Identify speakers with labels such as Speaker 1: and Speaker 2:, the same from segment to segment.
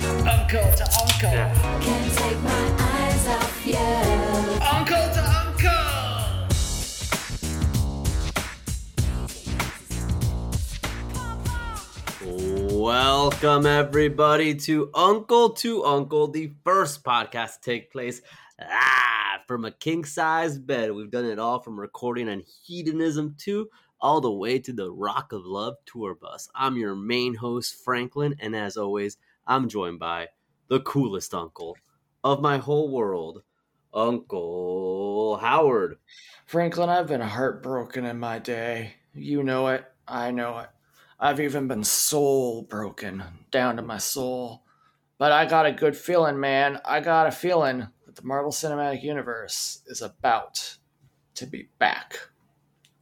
Speaker 1: uncle to uncle.
Speaker 2: Can't take my eyes off you.
Speaker 1: Uncle to uncle.
Speaker 3: Welcome everybody to Uncle to Uncle, the first podcast to take place live from a king size bed. We've done it all from recording on hedonism two all the way to the Rock of Love tour bus. I'm your main host, Franklin, and as always, I'm joined by the coolest uncle of my whole world, Uncle Howard.
Speaker 4: Franklin, I've been heartbroken in my day. You know it. I know it. I've even been soul broken down to my soul. But I got a good feeling, man. I got a feeling that the Marvel Cinematic Universe is about to be back.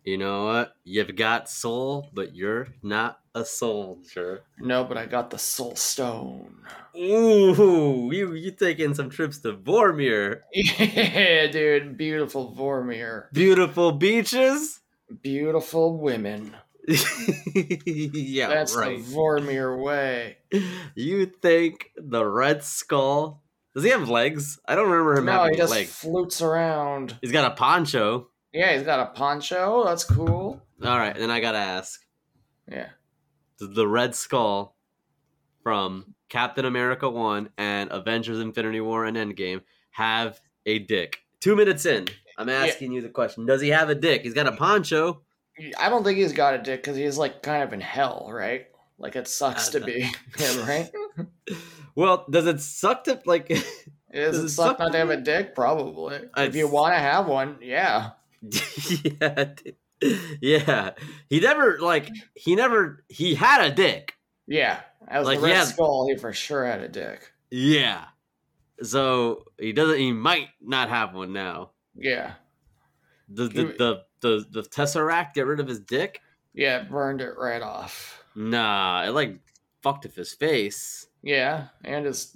Speaker 3: You know what? You've got soul, but you're not a soldier.
Speaker 4: No, but I got the Soul Stone.
Speaker 3: Ooh, you you taking some trips to Vormir?
Speaker 4: Yeah, dude. Beautiful Vormir.
Speaker 3: Beautiful beaches.
Speaker 4: Beautiful women.
Speaker 3: yeah,
Speaker 4: That's
Speaker 3: right.
Speaker 4: the Vormir way.
Speaker 3: You think the Red Skull? Does he have legs? I don't remember him
Speaker 4: No,
Speaker 3: having
Speaker 4: he just
Speaker 3: legs.
Speaker 4: flutes around.
Speaker 3: He's got a poncho.
Speaker 4: Yeah, he's got a poncho. That's cool.
Speaker 3: All right, then I gotta ask:
Speaker 4: Yeah.
Speaker 3: Does the Red Skull from Captain America One and Avengers: Infinity War and Endgame have a dick? Two minutes in, I'm asking you the question: Does he have a dick? He's got a poncho.
Speaker 4: I don't think he's got a dick because he's like kind of in hell, right? Like it sucks
Speaker 3: Uh,
Speaker 4: to be him, right?
Speaker 3: Well, does it suck to like?
Speaker 4: Does
Speaker 3: Does
Speaker 4: it
Speaker 3: it
Speaker 4: suck
Speaker 3: suck
Speaker 4: not
Speaker 3: to
Speaker 4: to have
Speaker 3: be-
Speaker 4: a dick? Probably. If you
Speaker 3: It's-
Speaker 4: want to have one, yeah.
Speaker 3: yeah, dude. yeah. He never like he never he had a dick.
Speaker 4: Yeah. As
Speaker 3: Like,
Speaker 4: the Red
Speaker 3: yeah.
Speaker 4: Skull, he for sure had a dick.
Speaker 3: Yeah. So he doesn't. He might not have one now.
Speaker 4: Yeah.
Speaker 3: Does
Speaker 4: Can
Speaker 3: the
Speaker 4: we-
Speaker 3: the, the the tesseract get rid of his dick?
Speaker 4: Yeah, it burned it right off.
Speaker 3: Nah, it like fucked up his face
Speaker 4: Yeah, and his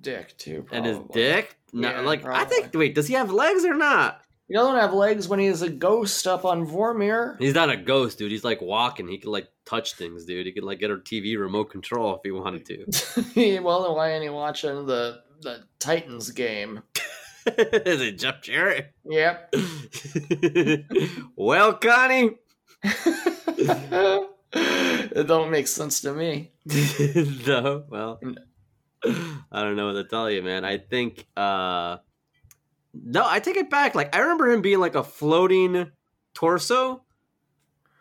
Speaker 4: dick too. Probably.
Speaker 3: and his dick. No,
Speaker 4: Yeah,
Speaker 3: like I think.
Speaker 4: probably.
Speaker 3: Wait, does he have legs or not?
Speaker 4: He doesn't have legs when he is a ghost up on Vormir.
Speaker 3: He's not a ghost, dude. He's like walking. He could like touch things, dude. He could like get a TV remote control if he wanted to.
Speaker 4: well, then why ain't he watching the the Titans game?
Speaker 3: Is it Jeff Jarrett?
Speaker 4: Yep.
Speaker 3: well, Connie,
Speaker 4: it don't make sense to me.
Speaker 3: no, well, I don't know what to tell you, man. I think, uh, no, I take it back. Like, I remember him being like a floating torso,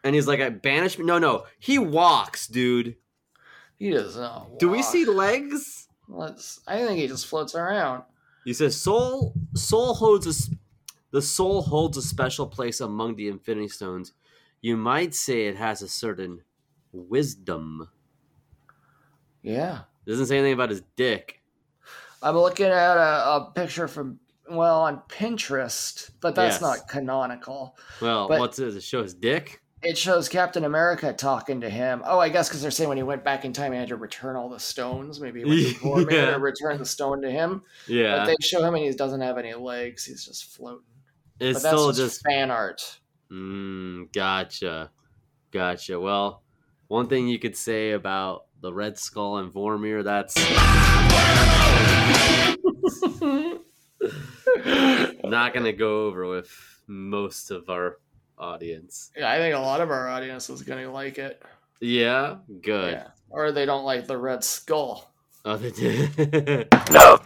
Speaker 3: and he's like, I banished me. No, no, he walks, dude.
Speaker 4: He does not. Walk.
Speaker 3: Do we see legs?
Speaker 4: Let's. I think he just floats around.
Speaker 3: He says, "Soul, soul holds a, s- the soul holds a special place among the Infinity Stones. You might say it has a certain wisdom."
Speaker 4: Yeah,
Speaker 3: Doesn't say anything about his dick.
Speaker 4: I'm looking at a, a picture from well on Pinterest, but that's
Speaker 3: Yes.
Speaker 4: not canonical.
Speaker 3: Well,
Speaker 4: But-
Speaker 3: what's it? Does it show his dick?
Speaker 4: It shows Captain America talking to him. Oh, I guess because they're saying when he went back in time, he had to return all the stones. Maybe he went to Vormir
Speaker 3: Yeah.
Speaker 4: to return the stone to him. But
Speaker 3: Yeah,
Speaker 4: they show him and he doesn't have any legs. He's just floating.
Speaker 3: it's
Speaker 4: but that's
Speaker 3: still
Speaker 4: just
Speaker 3: just.
Speaker 4: fan art.
Speaker 3: Mm, gotcha, gotcha. Well, one thing you could say about the Red Skull and Vormir, that's not going to go over with most of our audience.
Speaker 4: Yeah, I think a lot of our audience is going to like it.
Speaker 3: Yeah, good.
Speaker 4: Yeah. Or they don't like the Red Skull.
Speaker 3: Oh, they did.
Speaker 4: No,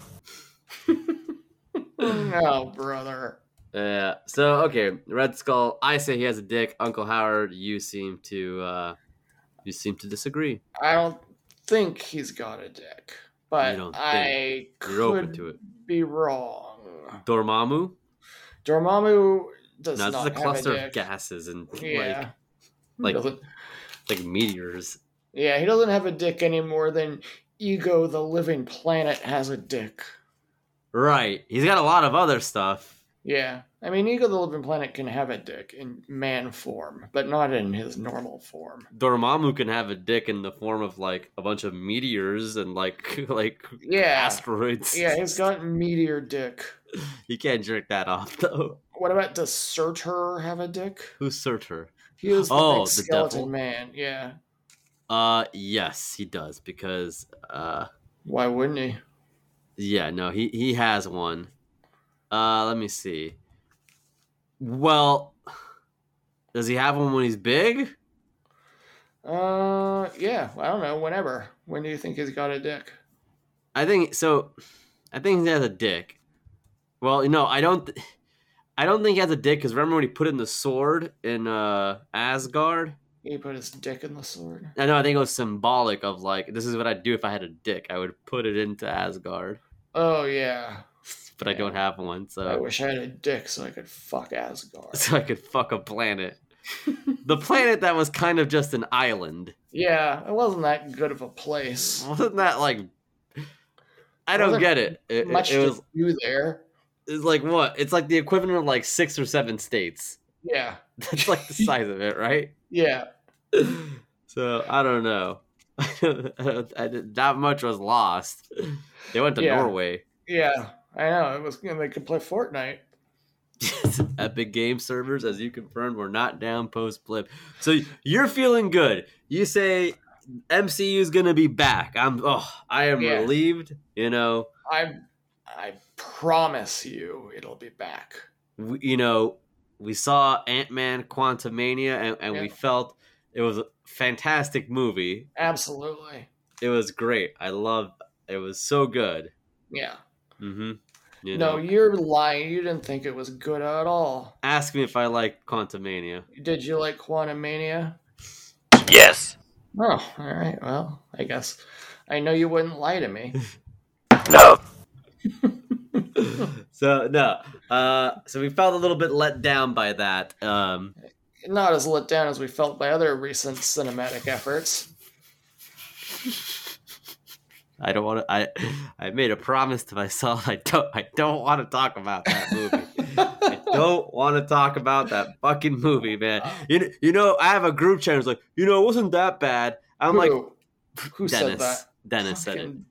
Speaker 4: Oh, brother.
Speaker 3: yeah. So okay, Red Skull. I say he has a dick. Uncle Howard, you seem to uh, you seem to disagree.
Speaker 4: I don't think he's got a dick, but
Speaker 3: don't
Speaker 4: I
Speaker 3: You're open
Speaker 4: could
Speaker 3: to it.
Speaker 4: be wrong.
Speaker 3: Dormammu.
Speaker 4: Dormammu does
Speaker 3: No, it's
Speaker 4: not
Speaker 3: just a cluster
Speaker 4: have a
Speaker 3: of
Speaker 4: dick.
Speaker 3: gases and
Speaker 4: yeah.
Speaker 3: like like
Speaker 4: Doesn't-
Speaker 3: like meteors.
Speaker 4: yeah, he doesn't have a dick any more than Ego, the living planet, has a dick.
Speaker 3: Right. He's got a lot of other stuff.
Speaker 4: Yeah. I mean, Ego, the living planet, can have a dick in man form, but not in his normal form.
Speaker 3: Dormammu can have a dick in the form of like a bunch of meteors and like like
Speaker 4: Yeah.
Speaker 3: asteroids.
Speaker 4: Yeah, he's got meteor dick.
Speaker 3: You can't jerk that off though.
Speaker 4: What about does Surtur have a dick?
Speaker 3: Who's Surtur?
Speaker 4: He was the
Speaker 3: Oh,
Speaker 4: big
Speaker 3: the
Speaker 4: skeleton
Speaker 3: devil.
Speaker 4: man. Yeah.
Speaker 3: Uh yes, he does because uh
Speaker 4: Why wouldn't he?
Speaker 3: Yeah, no, he he has one. Uh, let me see. Well, does he have one when he's big?
Speaker 4: Uh, yeah. I don't know. Whenever. When do you think he's got a dick?
Speaker 3: I think so. I think he has a dick. Well, you know, I don't. Th- I don't think he has a dick because remember when he put in the sword in uh, Asgard?
Speaker 4: He put his dick in the sword.
Speaker 3: I know. I think it was symbolic of like this is what I'd do if I had a dick. I would put it into Asgard,
Speaker 4: Oh yeah.
Speaker 3: but I don't have one, so
Speaker 4: I wish I had a dick so I could fuck Asgard.
Speaker 3: so I could fuck a planet. the planet that was kind of just an island.
Speaker 4: yeah, it wasn't that good of a place.
Speaker 3: Wasn't that like? I don't
Speaker 4: Wasn't
Speaker 3: get it. It,
Speaker 4: Much
Speaker 3: it, it was
Speaker 4: to do there.
Speaker 3: it's like what? It's like the equivalent of like six or seven states.
Speaker 4: Yeah.
Speaker 3: That's like the size of it, right?
Speaker 4: Yeah.
Speaker 3: So I don't know. I did- that much was lost. They went to
Speaker 4: Yeah.
Speaker 3: Norway.
Speaker 4: Yeah. I know. It was. And they could play Fortnite.
Speaker 3: Epic game servers, as you confirmed, were not down post blip. So you're feeling good. You say MCU is gonna be back. I'm. Oh, I am
Speaker 4: Yeah.
Speaker 3: relieved. You know.
Speaker 4: I. I promise you, it'll be back.
Speaker 3: we, you know, we saw Ant Man Quantumania and, and we
Speaker 4: Yeah.
Speaker 3: felt it was a fantastic movie.
Speaker 4: Absolutely.
Speaker 3: It was great. I love it was so good.
Speaker 4: Yeah.
Speaker 3: hmm You
Speaker 4: no,
Speaker 3: know,
Speaker 4: you're lying. You didn't think it was good at all.
Speaker 3: ask me if I like Quantumania.
Speaker 4: Did you like Quantum Mania?
Speaker 1: Yes.
Speaker 4: Oh, all right. Well, I guess I know you wouldn't lie to me.
Speaker 1: No.
Speaker 3: so no. Uh so we felt a little bit let down by that. Um
Speaker 4: Not as let down as we felt by other recent cinematic efforts.
Speaker 3: I don't want to. I I made a promise to myself. I don't. I don't want to talk about that movie. I don't want to talk about that fucking movie, man. You know, you know, I have a group chat. It's like, you know, it wasn't that bad. I'm like,
Speaker 4: Who- who said
Speaker 3: Dennis.
Speaker 4: that?
Speaker 3: Dennis said it.
Speaker 4: Fucking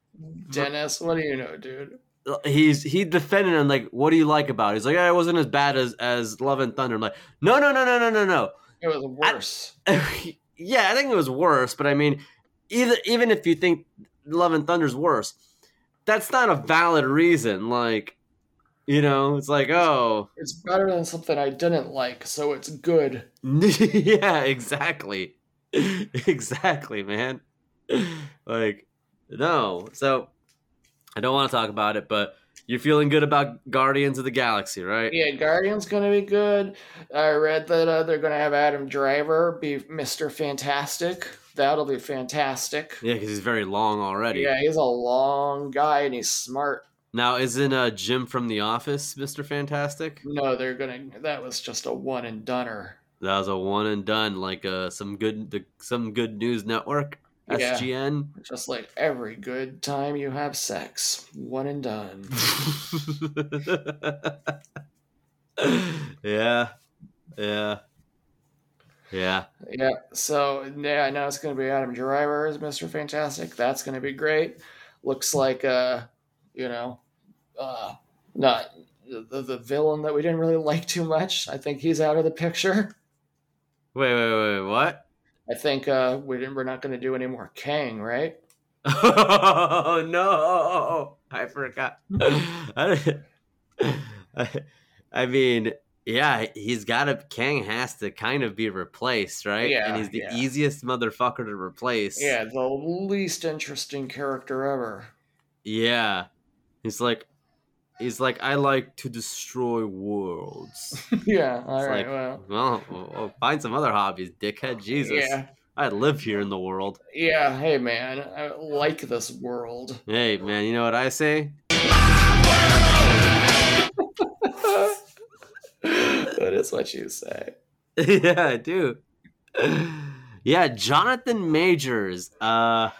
Speaker 4: Dennis, what do you know, dude?
Speaker 3: He's he defended him. Like, what do you like about? it? He's like, yeah, it wasn't as bad as as Love and Thunder. I'm like, no, no, no, no, no, no, no.
Speaker 4: It was worse.
Speaker 3: yeah, I think it was worse, but I mean, either even if you think Love and Thunder's worse, that's not a valid reason. Like, you know, it's like, oh,
Speaker 4: it's better than something I didn't like, so it's good.
Speaker 3: yeah, exactly, exactly, man. Like, no, so I don't want to talk about it, but you're feeling good about Guardians of the Galaxy, right?
Speaker 4: Yeah, Guardian's gonna be good. I read that uh, they're gonna have Adam Driver be Mr. Fantastic. That'll be fantastic.
Speaker 3: Yeah, because he's very long already.
Speaker 4: Yeah, he's a long guy and he's smart.
Speaker 3: Now, isn't uh, Jim from The Office Mr. Fantastic?
Speaker 4: No, they're gonna. That was just a one and doneer.
Speaker 3: That was a one and done, like uh, some good the some good news network
Speaker 4: Yeah.
Speaker 3: SGN.
Speaker 4: Just like every good time you have sex, one and done.
Speaker 3: yeah, yeah, yeah.
Speaker 4: Yeah, so yeah, I know it's going to be Adam Driver as Mr. Fantastic. That's going to be great. Looks like, uh, you know, uh, not the, the villain that we didn't really like too much. I think he's out of the picture.
Speaker 3: Wait, wait, wait. What?
Speaker 4: I think uh, we didn't, we're not going to do any more Kang, right?
Speaker 3: Oh no! I forgot. I, didn't- I- I mean, yeah, he's got to. Kang has to kind of be replaced, right?
Speaker 4: Yeah,
Speaker 3: and he's the
Speaker 4: yeah.
Speaker 3: easiest motherfucker to replace.
Speaker 4: Yeah, the least interesting character ever.
Speaker 3: Yeah. He's like he's like I like to destroy worlds.
Speaker 4: yeah, all
Speaker 3: It's
Speaker 4: right,
Speaker 3: like,
Speaker 4: well.
Speaker 3: Well, well, well, find some other hobbies, dickhead. Jesus.
Speaker 4: Yeah,
Speaker 3: I live here in the world.
Speaker 4: yeah, hey man, I like this world.
Speaker 3: Hey, man, you know what I say?
Speaker 4: that is what you say.
Speaker 3: yeah, I do. yeah, Jonathan Majors. Uh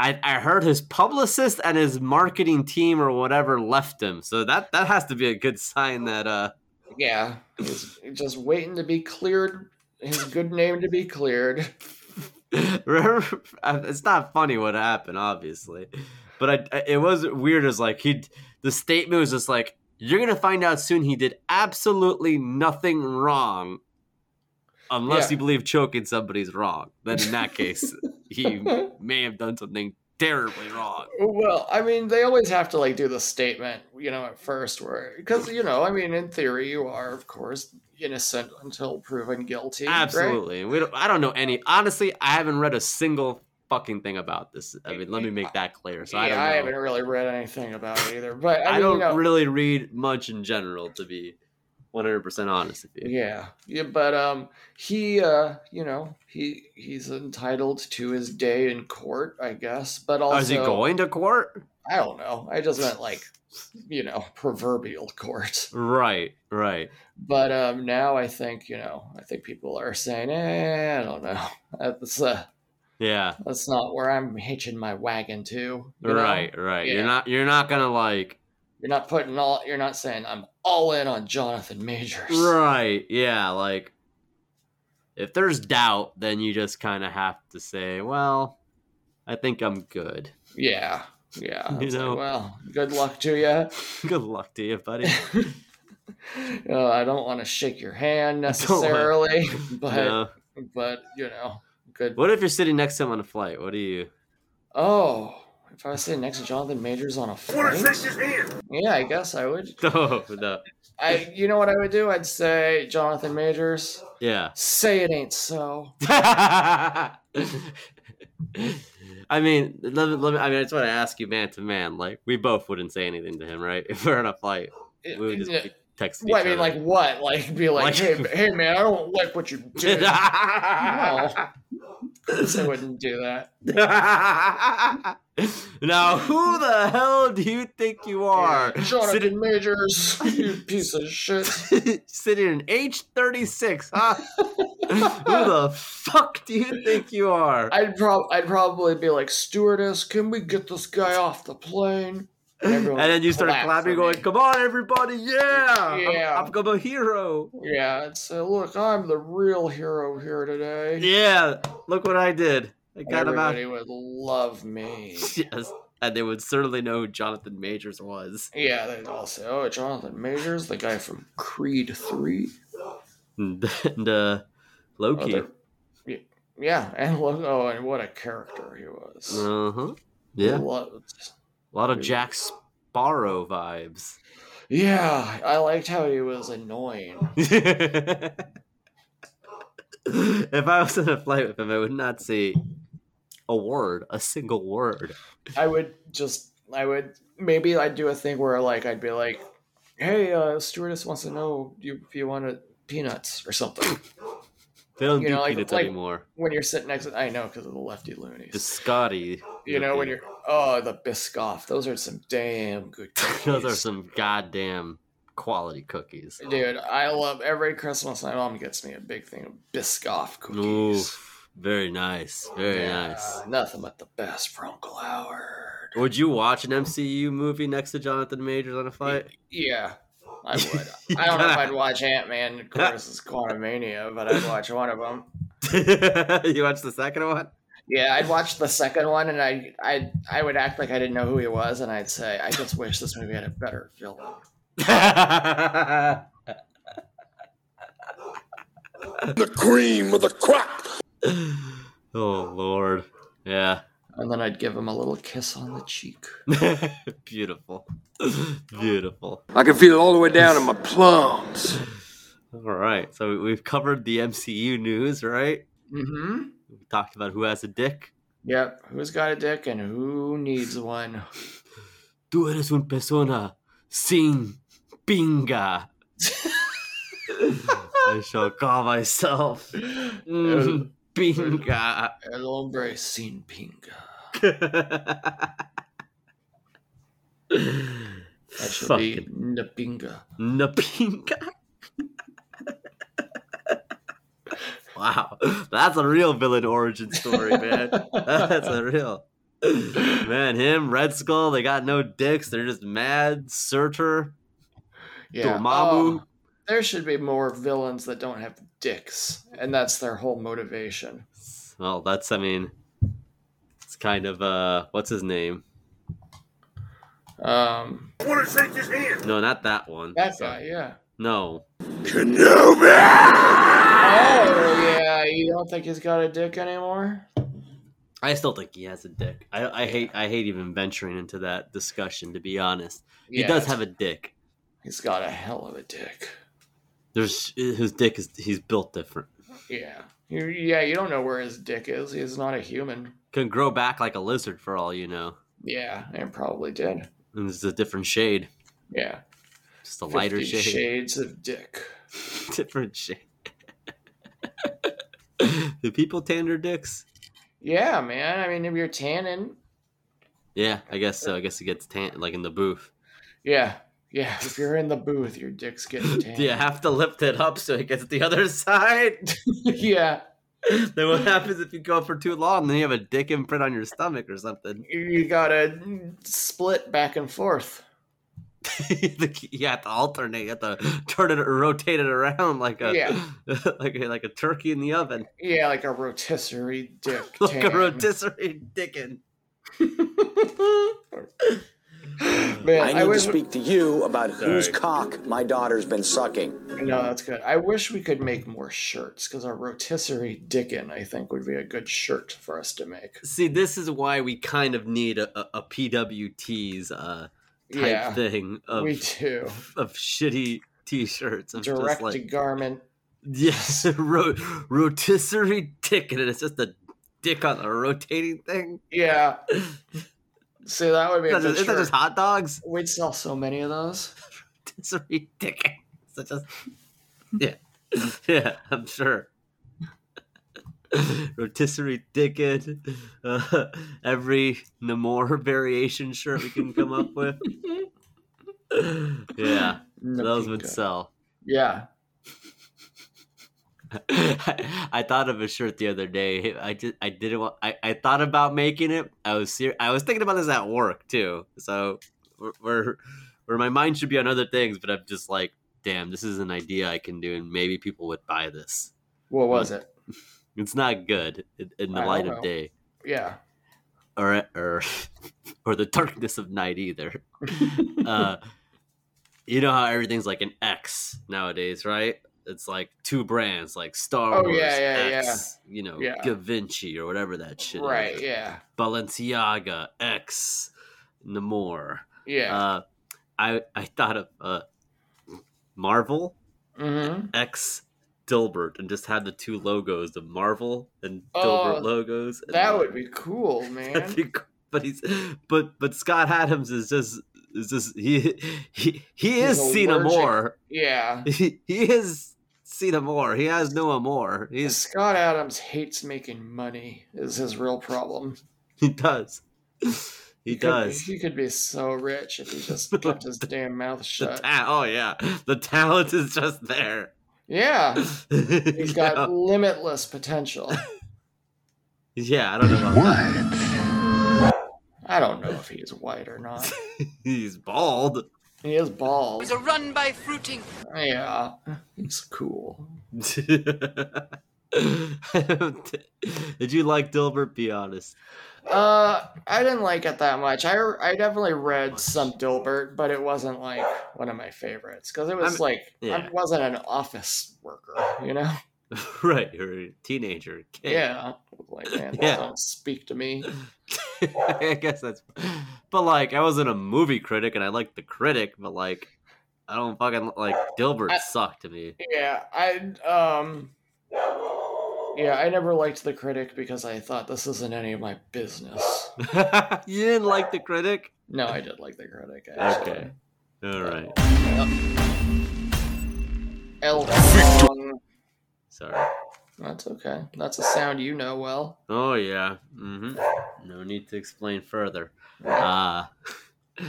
Speaker 3: I, I heard his publicist and his marketing team or whatever left him. So that that has to be a good sign that uh
Speaker 4: Yeah, he's just waiting to be cleared. His good name to be cleared.
Speaker 3: Remember- it's not funny what happened, obviously, but I, I- it was weird. As like he, the statement was just like, "You're gonna find out soon." He did absolutely nothing wrong, unless
Speaker 4: Yeah.
Speaker 3: you believe choking somebody's wrong. Then in that case, he may have done something
Speaker 5: terribly wrong.
Speaker 4: Well, I mean, they always have to like do the statement, you know, at first, where because you know, I mean, in theory, you are of course innocent until proven guilty. right?
Speaker 3: Absolutely. We don't, I don't know any. Honestly, I haven't read a single fucking thing about this. I mean, let me make that clear. So I
Speaker 4: yeah, I,
Speaker 3: don't
Speaker 4: haven't
Speaker 3: know.
Speaker 4: really read anything about it either, but I,
Speaker 3: I,
Speaker 4: mean,
Speaker 3: don't
Speaker 4: you know,
Speaker 3: really read much in general, to be 100% honest with you.
Speaker 4: Yeah, yeah, but um, he, uh, you know, he he's entitled to his day in court, I guess. But also,
Speaker 3: Oh, Is he going to court?
Speaker 4: I don't know. I just meant like, you know, proverbial court.
Speaker 3: Right, right.
Speaker 4: But um, now I think you know, I think people are saying, eh, I don't know. That's uh,
Speaker 3: Yeah,
Speaker 4: that's not where I'm hitching my wagon to. you know?
Speaker 3: right, right.
Speaker 4: Yeah.
Speaker 3: You're not you're not going to like
Speaker 4: You're not putting all. You're not saying I'm all in on Jonathan Majors.
Speaker 3: Right. Yeah, like if there's doubt, then you just kind of have to say, well, I think I'm good.
Speaker 4: Yeah. Yeah.
Speaker 3: You
Speaker 4: It's like,
Speaker 3: know.
Speaker 4: well, good luck to you.
Speaker 3: good luck to you, buddy.
Speaker 4: Uh, I don't want to shake your hand
Speaker 3: don't wanna-
Speaker 4: necessarily, but
Speaker 3: No.
Speaker 4: but you know, good.
Speaker 3: What if you're sitting next to him on a flight? What do you?
Speaker 4: Oh, if I was sitting next to Jonathan Majors on a flight, yeah, I guess I would.
Speaker 3: No, no.
Speaker 4: I, you know what I would do? I'd say, Jonathan Majors,
Speaker 3: Yeah.
Speaker 4: say it ain't so.
Speaker 3: I mean, let me, let me, I mean, I just want to ask you, man to man. Like, we both wouldn't say anything to him, right? If we're on a flight, we would just be texting.
Speaker 4: Well, I
Speaker 3: each
Speaker 4: mean, like
Speaker 3: other.
Speaker 4: what? Like be like,
Speaker 3: Like-
Speaker 4: hey, ma- hey, man, I don't like what you did. no, I wouldn't do that.
Speaker 3: now, who the hell do you think you are?
Speaker 4: Jonathan
Speaker 3: Sitting,
Speaker 4: Majors, you piece of shit.
Speaker 3: sitting in H36, huh? who the fuck do you think you are?
Speaker 4: I'd prob I'd probably be like, stewardess, can we get this guy off the plane?
Speaker 3: And
Speaker 4: Everyone
Speaker 3: then you start
Speaker 4: clapped
Speaker 3: clapping,
Speaker 4: for
Speaker 3: going,
Speaker 4: me.
Speaker 3: "Come on, everybody! Yeah,
Speaker 4: Yeah.
Speaker 3: I'm, I'm a hero.
Speaker 4: Yeah, I'd say, look, I'm the real hero here today.
Speaker 3: Yeah, look what I did. I
Speaker 4: And
Speaker 3: got him out.
Speaker 4: Everybody would love me.
Speaker 3: Yes, and they would certainly know who Jonathan Majors was.
Speaker 4: Yeah, they'd all say, oh, Jonathan Majors, the guy from Creed 3.
Speaker 3: And, and, uh, Loki.
Speaker 4: Other- Yeah, yeah, and look, oh, and what a character he was.
Speaker 3: Uh huh. Yeah,
Speaker 4: Loved.
Speaker 3: a lot of Jack Sparrow vibes.
Speaker 4: Yeah, I liked how he was annoying.
Speaker 3: if I was on a flight with him, I would not say a word, a single word.
Speaker 4: I would just, I would, maybe I'd do a thing where like I'd be like, "Hey, uh, stewardess wants to know you, if you want peanuts or something."
Speaker 3: They don't
Speaker 4: You
Speaker 3: do
Speaker 4: know, like-
Speaker 3: peanuts
Speaker 4: like-
Speaker 3: anymore.
Speaker 4: When you're sitting next, to, I know because of the lefty loonies.
Speaker 3: The Scotty.
Speaker 4: you know when you're, oh, the Biscoff. Those are some damn good. Cookies.
Speaker 3: Those are some goddamn quality cookies.
Speaker 4: Dude, I love every Christmas. My mom gets me a big thing of Biscoff cookies.
Speaker 3: Oof. Very nice. Very
Speaker 4: Yeah,
Speaker 3: nice.
Speaker 4: Nothing but the best from Uncle Howard.
Speaker 3: Would you watch an MCU movie next to Jonathan Majors on a flight?
Speaker 4: Yeah, I would. I don't know if I'd watch Ant Man versus Quantumania, but I'd watch one of them.
Speaker 3: you watch the second one?
Speaker 4: Yeah, I'd watch the second one, and I, I, I would act like I didn't know who he was, and I'd say, I just wish this movie had a better villain.
Speaker 3: the
Speaker 1: cream of the crop.
Speaker 3: Oh lord. Yeah.
Speaker 4: And then I'd give him a little kiss on the cheek.
Speaker 3: Beautiful. Beautiful.
Speaker 1: I can feel it all the way down in my plums.
Speaker 3: All right. So we- we've covered the MCU news, right?
Speaker 4: Mm-hmm.
Speaker 3: We talked about who has a dick.
Speaker 4: Yep. Who's got a dick and who needs one?
Speaker 3: Tú eres un persona sin pinga. I shall call myself mm, pinga.
Speaker 4: El hombre sin pinga. That should be Napinga.
Speaker 3: Napinka. wow, that's a real villain origin story, man. that's a real man. Him, Red Skull. They got no dicks. They're just mad. Surtur,
Speaker 4: Yeah.
Speaker 3: Dormammu.
Speaker 4: Oh, there should be more villains that don't have dicks, and that's their whole motivation.
Speaker 3: Well, that's. I mean, it's kind of uh, what's his name?
Speaker 4: Um,
Speaker 3: No, not that one.
Speaker 4: that
Speaker 3: Sorry.
Speaker 4: guy, yeah.
Speaker 3: No.
Speaker 1: Kenobi!
Speaker 4: Oh yeah, you don't think he's got a dick anymore?
Speaker 3: I still think he has a dick. I, I hate I hate even venturing into that discussion. To be honest, he
Speaker 4: Yeah,
Speaker 3: does have a dick.
Speaker 4: He's got a hell of a dick.
Speaker 3: There's his dick is he's built different.
Speaker 4: Yeah. You, yeah, you don't know where his dick is. He's not a human.
Speaker 3: Can grow back like a lizard for all you know.
Speaker 4: Yeah, and probably did.
Speaker 3: And it's a different shade,
Speaker 4: Yeah.
Speaker 3: just a lighter
Speaker 4: 50
Speaker 3: shade.
Speaker 4: Shades of dick.
Speaker 3: different shade. Do people tan their dicks?
Speaker 4: Yeah, man. I mean, if you're tanning,
Speaker 3: Yeah, I guess so. I guess it gets tan like in the booth.
Speaker 4: yeah, yeah. If you're in the booth, your dick's getting tanned.
Speaker 3: Do you have to lift it up so it gets the other side?
Speaker 4: yeah.
Speaker 3: then what happens if you go for too long? Then you have a dick imprint on your stomach or something.
Speaker 4: You- You gotta split back and forth.
Speaker 3: you have to alternate. You have to turn it, rotate it around like a
Speaker 4: Yeah.
Speaker 3: like a, like a turkey in the oven,
Speaker 4: Yeah, like a rotisserie dick.
Speaker 3: like
Speaker 4: tan.
Speaker 3: a rotisserie dickin.
Speaker 4: Man,
Speaker 5: I
Speaker 4: I,
Speaker 5: need
Speaker 4: wish.
Speaker 5: to speak to you about whose cock my daughter's been sucking.
Speaker 4: No, that's good. I wish we could make more shirts because a rotisserie dickin, I think, would be a good shirt for us to make.
Speaker 3: See, this is why we kind of need a, a, a PWTs uh, type
Speaker 4: Yeah,
Speaker 3: thing of
Speaker 4: we do.
Speaker 3: of shitty t-shirts of
Speaker 4: Direct
Speaker 3: just
Speaker 4: to
Speaker 3: like
Speaker 4: garment.
Speaker 3: yes, ro- rotisserie chicken, and it's just a dick on a rotating thing.
Speaker 4: Yeah. See, that would be
Speaker 3: Is
Speaker 4: a
Speaker 3: that,
Speaker 4: good
Speaker 3: just, is that
Speaker 4: shirt.
Speaker 3: just hot dogs?
Speaker 4: We'd sell so many of those.
Speaker 3: Rotisserie chicken. Is that just yeah, yeah, I'm sure. Rotisserie chicken, uh, every Namor variation shirt we can come up with. yeah, those would
Speaker 4: Napinka.
Speaker 3: sell.
Speaker 4: Yeah.
Speaker 3: I, I thought of a shirt the other day. I just I didn't want. I, I thought about making it. I was ser- I was thinking about this at work too. So where- where where my mind should be on other things, but I'm just like, damn, this is an idea I can do, and maybe people would buy this.
Speaker 4: What was
Speaker 3: Mm.
Speaker 4: it?
Speaker 3: It's not good in, in the
Speaker 4: I
Speaker 3: light
Speaker 4: don't
Speaker 3: of
Speaker 4: know.
Speaker 3: day
Speaker 4: Yeah.
Speaker 3: or or or the darkness of night either. uh, you know how everything's like an X nowadays, right? It's like two brands, like Star
Speaker 4: Oh,
Speaker 3: Wars,
Speaker 4: yeah, yeah, yeah.
Speaker 3: X, you know,
Speaker 4: Yeah.
Speaker 3: Da Vinci or whatever that shit
Speaker 4: Right.
Speaker 3: is.
Speaker 4: Yeah.
Speaker 3: Balenciaga, X, Namor.
Speaker 4: Yeah.
Speaker 3: Uh, I I thought of uh, Marvel
Speaker 4: mm-hmm.
Speaker 3: X Dilbert and just had the two logos, the Marvel and Dilbert
Speaker 4: Oh,
Speaker 3: logos. and,
Speaker 4: That
Speaker 3: uh,
Speaker 4: would be cool, man.
Speaker 3: That'd be cool. But he's but but Scott Adams is just is just he he he is Cena
Speaker 4: allergic.
Speaker 3: Moore.
Speaker 4: Yeah.
Speaker 3: He, he is Cena Moore. He has no more. He's
Speaker 4: Scott Adams hates making money. Is his real problem.
Speaker 3: he does. He
Speaker 4: could-
Speaker 3: does.
Speaker 4: he could be so rich if he just kept his damn mouth
Speaker 3: The
Speaker 4: shut.
Speaker 3: ta- oh yeah. The talent is just there.
Speaker 4: Yeah.
Speaker 3: yeah.
Speaker 4: He's got limitless potential.
Speaker 3: yeah, I don't know about that.
Speaker 4: I don't know if he's white or not.
Speaker 3: He's bald.
Speaker 4: He is bald.
Speaker 6: a run by fruiting.
Speaker 4: Yeah. He's cool.
Speaker 3: Did you like Dilbert? Be honest.
Speaker 4: Uh, I didn't like it that much. I I definitely read some Dilbert, but it wasn't like one of my favorites because it
Speaker 3: I'm-
Speaker 4: was like
Speaker 3: yeah.
Speaker 4: I wasn't an office worker, you know?
Speaker 3: right, you're a teenager, kid.
Speaker 4: Yeah, like man, that
Speaker 3: Yeah.
Speaker 4: don't speak to me.
Speaker 3: I guess that's. But like, I wasn't a movie critic, and I liked the critic, but like, I don't fucking like Dilbert
Speaker 4: I-
Speaker 3: sucked to me.
Speaker 4: Yeah, I um, yeah, I never liked the critic because I thought this isn't any of my business.
Speaker 3: you didn't like the critic.
Speaker 4: No, I did like the critic. Actually.
Speaker 3: Okay. All right.
Speaker 4: El Kong.
Speaker 3: Sorry.
Speaker 4: That's okay. That's a sound you know well.
Speaker 3: Oh yeah. hmm No need to explain further. Uh,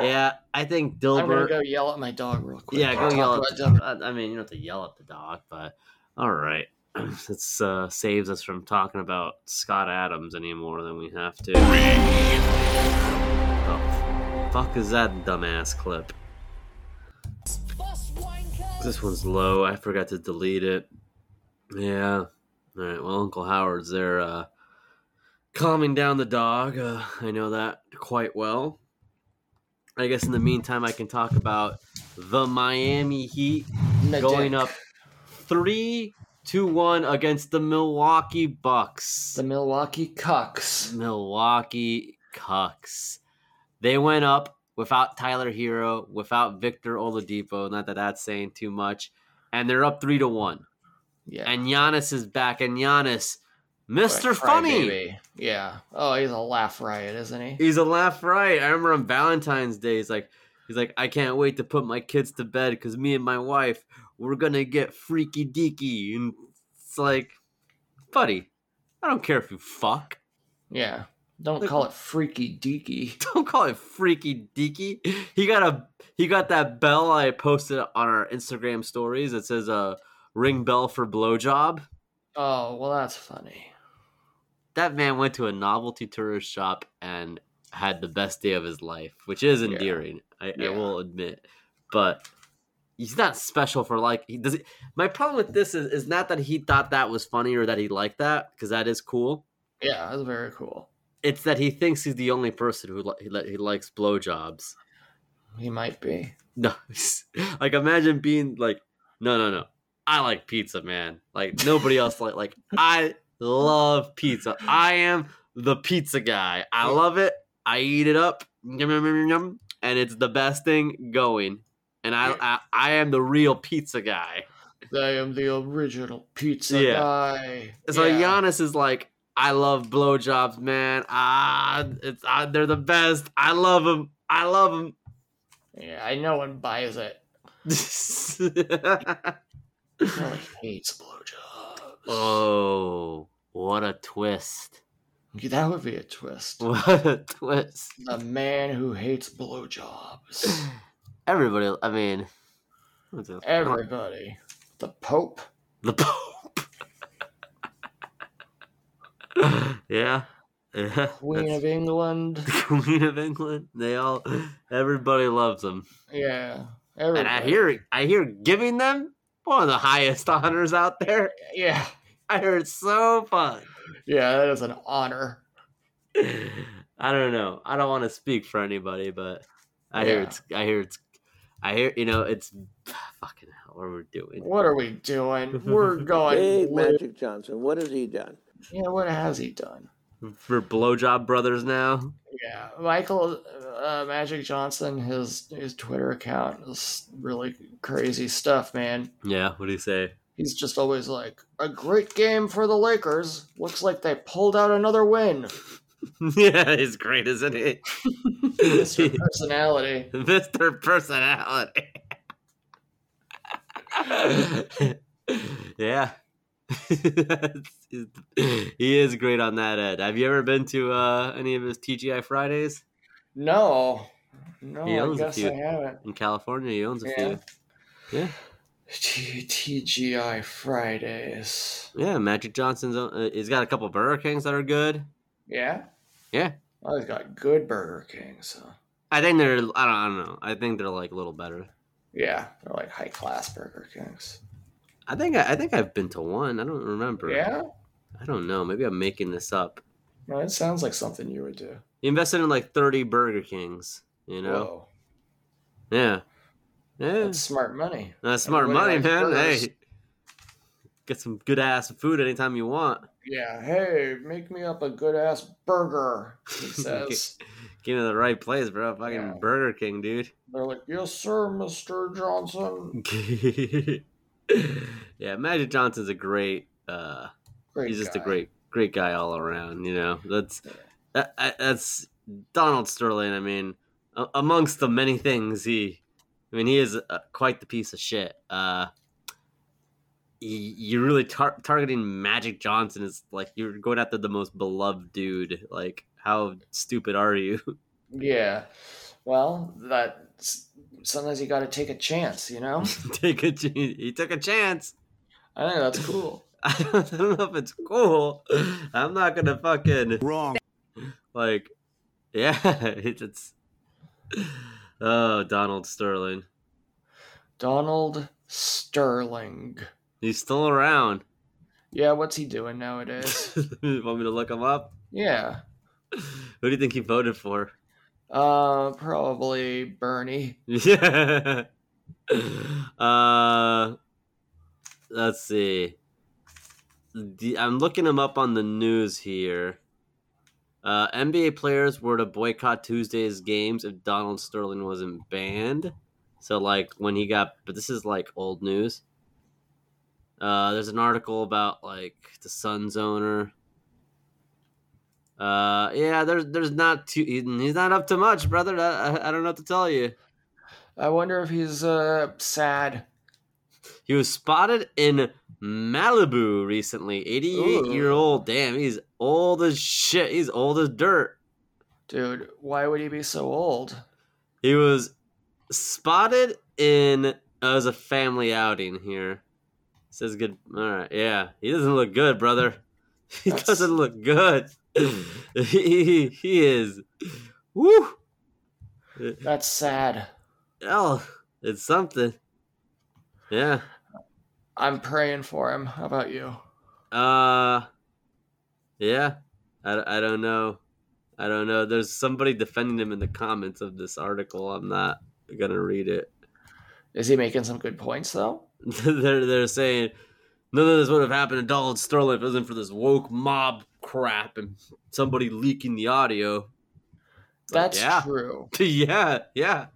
Speaker 3: yeah, I think
Speaker 4: I'm gonna
Speaker 3: Dilbert.
Speaker 4: go yell at my dog real quick.
Speaker 3: yeah, go
Speaker 4: Talk
Speaker 3: yell
Speaker 4: about
Speaker 3: at.
Speaker 4: Dilbert.
Speaker 3: The, I I mean, you don't have to yell at the dog, but all right. This uh, saves us from talking about Scott Adams any more than we have to. Oh, fuck is that dumbass clip? This one's low. I forgot to delete it. Yeah. All right. Well, Uncle Howard's there uh, calming down the dog. Uh, I know that quite well. I guess in the meantime, I can talk about the Miami Heat
Speaker 4: My
Speaker 3: going
Speaker 4: dick.
Speaker 3: up three 2 1 against the Milwaukee Bucks.
Speaker 4: The Milwaukee Cucks.
Speaker 3: Milwaukee Cucks. They went up without Tyler Hero, without Victor Oladipo. Not that that's saying too much. And they're up three to one.
Speaker 4: Yeah.
Speaker 3: And Giannis is back. And Giannis,
Speaker 4: Like
Speaker 3: Mister Funny,
Speaker 4: crybaby. Yeah. Oh, he's a laugh riot, isn't he?
Speaker 3: he's a laugh right. I remember on Valentine's Day, he's like, he's like, I can't wait to put my kids to bed because me and my wife, we're gonna get freaky deaky. And it's like, buddy, I don't care if you fuck.
Speaker 4: Yeah. Don't call it freaky deaky.
Speaker 3: don't call it freaky deaky. He got a he got that bell I posted on our Instagram stories. It says uh, ring bell for blowjob.
Speaker 4: Oh, well, that's funny.
Speaker 3: That man went to a novelty tourist shop and had the best day of his life, which is
Speaker 4: Yeah.
Speaker 3: endearing. I, I
Speaker 4: Yeah.
Speaker 3: will admit, but he's not special for like he does. It, my problem with this is is not that he thought that was funny or that he liked that because that is cool.
Speaker 4: Yeah, that's very cool.
Speaker 3: It's that he thinks he's the only person who li- he, li- he likes blowjobs.
Speaker 4: He might be.
Speaker 3: No, like imagine being like, no, no, no. I like pizza, man. Like nobody else like like I love pizza. I am the pizza guy. I love it. I eat it up, yum, yum, yum, yum, yum, and it's the best thing going. And I, I I am the real pizza guy.
Speaker 4: I am the original pizza
Speaker 3: Yeah.
Speaker 4: guy.
Speaker 3: So
Speaker 4: Yeah.
Speaker 3: Giannis is like, I love blowjobs, man. Ah, it's ah, they're the best. I love them. I love them.
Speaker 4: Yeah, I know one buys it. Really hates blowjobs.
Speaker 3: Uh. Oh, what a twist.
Speaker 4: That would be a twist.
Speaker 3: What a twist.
Speaker 4: The man who hates blowjobs.
Speaker 3: Everybody, I mean, what's it-
Speaker 4: Everybody. The Pope.
Speaker 3: the Pope. yeah. Yeah.
Speaker 4: Queen
Speaker 3: that's
Speaker 4: of England.
Speaker 3: the Queen of England. They all, everybody loves them.
Speaker 4: Yeah.
Speaker 3: And
Speaker 4: Everybody.
Speaker 3: I hear, I hear giving them one of the highest honors out there.
Speaker 4: Yeah.
Speaker 3: I heard it's so fun.
Speaker 4: Yeah, that is an honor.
Speaker 3: I don't know. I don't want to speak for anybody, but I hear
Speaker 4: Yeah.
Speaker 3: it's. I hear it's. I hear you know it's. Fucking hell, what we're doing.
Speaker 4: What are we doing? We're going.
Speaker 6: Hey,
Speaker 4: blue.
Speaker 6: Magic Johnson, what has he done?
Speaker 4: Yeah, what has he done?
Speaker 3: We're blowjob brothers now.
Speaker 4: Yeah, Michael uh, Magic Johnson, his his Twitter account is really crazy stuff, man.
Speaker 3: Yeah. What do you say?
Speaker 4: He's just always like, a great game for the Lakers. Looks like they pulled out another win.
Speaker 3: yeah, he's great, isn't he?
Speaker 4: Mr. Personality.
Speaker 3: Mr. Personality. yeah. he is great on that end. Have you ever been to uh, any of his TGI Fridays?
Speaker 4: No, no,
Speaker 3: He
Speaker 4: I
Speaker 3: owns a
Speaker 4: guess
Speaker 3: few.
Speaker 4: I haven't.
Speaker 3: in California. He owns a
Speaker 4: Yeah.
Speaker 3: few. Yeah,
Speaker 4: T- TGI Fridays.
Speaker 3: yeah. Magic Johnson's. own- Uh, he's got a couple Burger Kings that are good.
Speaker 4: Yeah.
Speaker 3: Yeah.
Speaker 4: Oh, he's got good Burger King, so
Speaker 3: I think they're. I don't, I don't know. I think they're like a little better.
Speaker 4: yeah, they're like high class Burger Kings.
Speaker 3: I think. I, I think I've been to one. I don't remember.
Speaker 4: Yeah.
Speaker 3: I don't know. Maybe I'm making this up.
Speaker 4: No, it sounds like something you would do.
Speaker 3: He invested in like 30 Burger Kings. You know.
Speaker 4: Whoa,
Speaker 3: Yeah. Yeah.
Speaker 4: that's smart money.
Speaker 3: That's smart money,
Speaker 4: Everybody likes
Speaker 3: man.
Speaker 4: burgers.
Speaker 3: Hey. Get some good ass food anytime you want.
Speaker 4: Yeah, hey, make me up a good ass burger. He says.
Speaker 3: Get in the right place, bro. Fucking
Speaker 4: Yeah.
Speaker 3: Burger King, dude.
Speaker 4: They're like, yes, sir, Mister Johnson.
Speaker 3: yeah, Magic Johnson's a great. uh
Speaker 4: Great
Speaker 3: He's just a
Speaker 4: guy.
Speaker 3: great, great guy all around. You know, that's that, I- that's Donald Sterling. I mean, a- amongst the many things he, I mean, he is uh, quite the piece of shit. Uh, y- you're really tar- targeting Magic Johnson is like you're going after the most beloved dude. Like, how stupid are you?
Speaker 4: Yeah. Well, that sometimes you got to take a chance, you know.
Speaker 3: Take a ch- he took a chance.
Speaker 4: I think that's cool.
Speaker 3: I don't, I don't know if it's cool. I'm not gonna fucking
Speaker 5: Wrong.
Speaker 3: like, yeah, it's, it's oh Donald Sterling,
Speaker 4: Donald Sterling.
Speaker 3: he's still around.
Speaker 4: Yeah, what's he doing nowadays?
Speaker 3: Want me to look him up?
Speaker 4: yeah.
Speaker 3: Who do you think he voted for?
Speaker 4: Uh, probably Bernie.
Speaker 3: Yeah. uh, let's see. the, I'm looking him up on the news here. Uh, NBA players were to boycott Tuesday's games if Donald Sterling wasn't banned. So, like, when he got, but this is like old news. Uh, there's an article about like the Suns owner. Uh, yeah, there's there's not too he- he's not up to much, brother. I, I- I don't know what to tell you.
Speaker 4: I wonder if he's uh sad.
Speaker 3: He was spotted in Malibu recently. 88
Speaker 4: Ooh.
Speaker 3: year old. Damn, he's old as shit. He's old as dirt.
Speaker 4: Dude, why would he be so old?
Speaker 3: He was spotted in. Oh, it was a family outing here. Says good. All right, yeah. He doesn't look good, brother. He
Speaker 4: That's-
Speaker 3: doesn't look good. he, he, he is. Woo.
Speaker 4: That's sad.
Speaker 3: Oh, it's something. Yeah.
Speaker 4: I'm praying for him. How about you?
Speaker 3: Uh, yeah, I, I don't know. I don't know. There's somebody defending him in the comments of this article. I'm not gonna read it.
Speaker 4: Is he making some good points though?
Speaker 3: they're they're saying none of this would have happened to Donald Sterling if it wasn't for this woke mob crap and somebody leaking the audio. But
Speaker 4: That's
Speaker 3: yeah.
Speaker 4: true.
Speaker 3: yeah, yeah,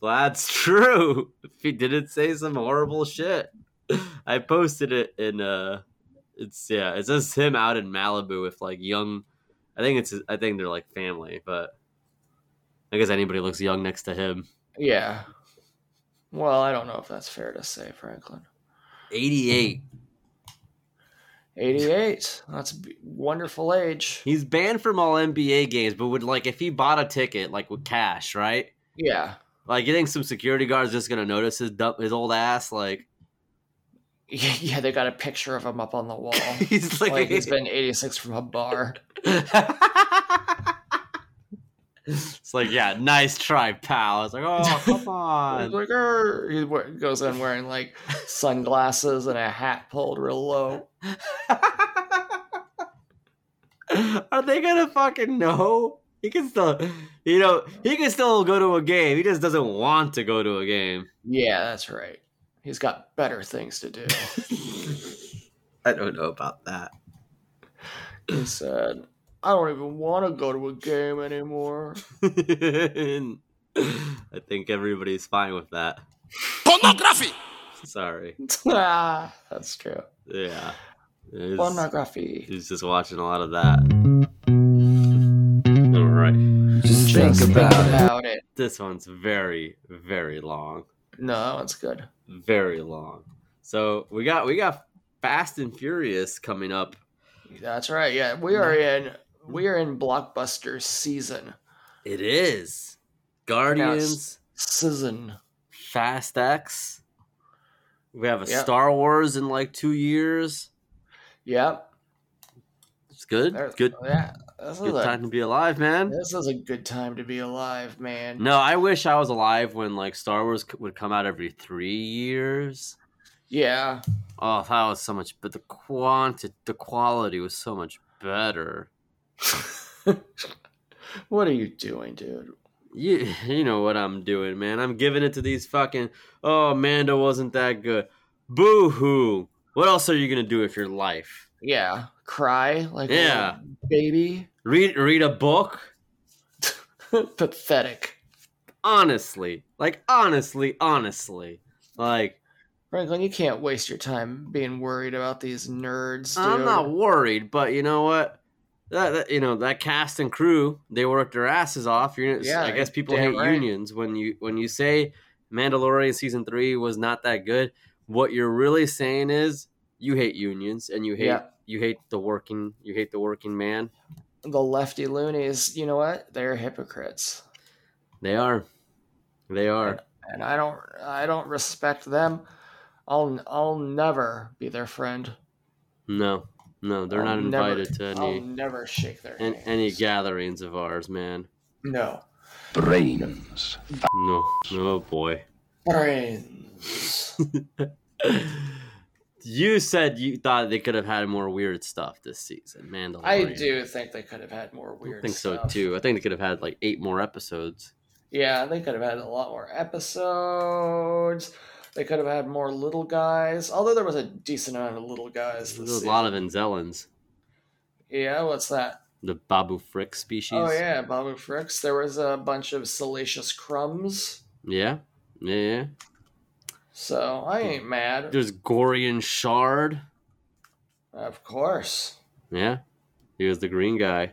Speaker 3: that's true. If he didn't say some horrible shit, I posted it in uh, it's yeah, it's just him out in Malibu with like young. I think it's I think they're like family, but I guess anybody looks young next to him.
Speaker 4: Yeah. Well, I don't know if that's fair to say, Franklin.
Speaker 3: Eighty eight.
Speaker 4: 88. That's a b- wonderful age.
Speaker 3: He's banned from all NBA games, but would like if he bought a ticket like with cash, right?
Speaker 4: Yeah.
Speaker 3: Like you think some security guards just gonna notice his dump, his old ass? Like
Speaker 4: Yeah, they got a picture of him up on the wall.
Speaker 3: he's like,
Speaker 4: like he's been 86 from a bar.
Speaker 3: it's like, yeah, nice try, pal. It's like, oh, come
Speaker 4: He's
Speaker 3: on.
Speaker 4: like, "Arr." he we- goes in wearing like sunglasses and a hat pulled real low.
Speaker 3: Are they gonna fucking know? He can still, you know, he can still go to a game. He just doesn't want to go to a game.
Speaker 4: Yeah, that's right. He's got better things to do.
Speaker 3: I don't know about that.
Speaker 4: He said, I don't even want to go to a game anymore.
Speaker 3: I think everybody's fine with that.
Speaker 1: Pornography!
Speaker 3: Sorry.
Speaker 4: ah, that's true.
Speaker 3: Yeah. It's-
Speaker 4: Pornography.
Speaker 3: He's just watching a lot of that. All right.
Speaker 4: Just think about, it.
Speaker 3: This one's very, very long.
Speaker 4: No, that one's good.
Speaker 3: Very long. So we got we got Fast and Furious coming up.
Speaker 4: That's right. Yeah, we are in we are in blockbuster season.
Speaker 3: It is Guardians,
Speaker 4: Season.
Speaker 3: Fast X. We have a
Speaker 4: Yeah.
Speaker 3: Star Wars in like two years.
Speaker 4: Yep.
Speaker 3: It's good.
Speaker 4: there's-
Speaker 3: good.
Speaker 4: Yeah. This is,
Speaker 3: Good
Speaker 4: a,
Speaker 3: time to be alive, man.
Speaker 4: this is a good time to be alive, man.
Speaker 3: No, I wish I was alive when like Star Wars c- would come out every three years.
Speaker 4: Yeah.
Speaker 3: Oh, that was so much, but the quantity, the quality was so much better.
Speaker 4: What are you doing, dude?
Speaker 3: You, you know what I'm doing, man. I'm giving it to these fucking. Oh, Mando wasn't that good. Boo hoo. What else are you gonna do with your life?
Speaker 4: Yeah. Cry like a
Speaker 3: Yeah.
Speaker 4: little baby.
Speaker 3: Read read a book.
Speaker 4: Pathetic.
Speaker 3: Honestly, like honestly, honestly, like
Speaker 4: Franklin, you can't waste your time being worried about these nerds, dude.
Speaker 3: I'm not worried, but you know what? That, that- you know that cast and crew, they worked their asses off. You're,
Speaker 4: Yeah,
Speaker 3: I guess people
Speaker 4: damn
Speaker 3: hate
Speaker 4: right.
Speaker 3: unions when you when you say Mandalorian season three was not that good. What you're really saying is you hate unions and you hate
Speaker 4: Yeah.
Speaker 3: you hate the working you hate the working man.
Speaker 4: The lefty loonies, you know what? They're hypocrites.
Speaker 3: They are, they are.
Speaker 4: And I don't I don't respect them. I'll I'll never be their friend.
Speaker 3: No, no, they're
Speaker 4: I'll
Speaker 3: not
Speaker 4: never-
Speaker 3: invited to
Speaker 4: I'll
Speaker 3: any
Speaker 4: never shake their
Speaker 3: an,
Speaker 4: hand.
Speaker 3: any gatherings of ours, man.
Speaker 4: No.
Speaker 7: brains.
Speaker 3: No, oh boy.
Speaker 4: Brains.
Speaker 3: you said you thought they could have had more weird stuff this season, Mandalorian.
Speaker 4: I do think they could have had more
Speaker 3: I
Speaker 4: weird
Speaker 3: think so
Speaker 4: stuff.
Speaker 3: too. I think they could have had like eight more episodes.
Speaker 4: Yeah, they could have had a lot more episodes. They could have had more little guys, although there was a decent amount of little guys. This
Speaker 3: There's a
Speaker 4: season.
Speaker 3: lot of Enzelans,
Speaker 4: yeah, what's that?
Speaker 3: the Babu Frick species.
Speaker 4: Oh yeah, Babu Fricks. There was a bunch of salacious crumbs.
Speaker 3: Yeah. Yeah. yeah.
Speaker 4: So I ain't mad.
Speaker 3: There's Gorian Shard.
Speaker 4: Of course.
Speaker 3: Yeah. He was the green guy.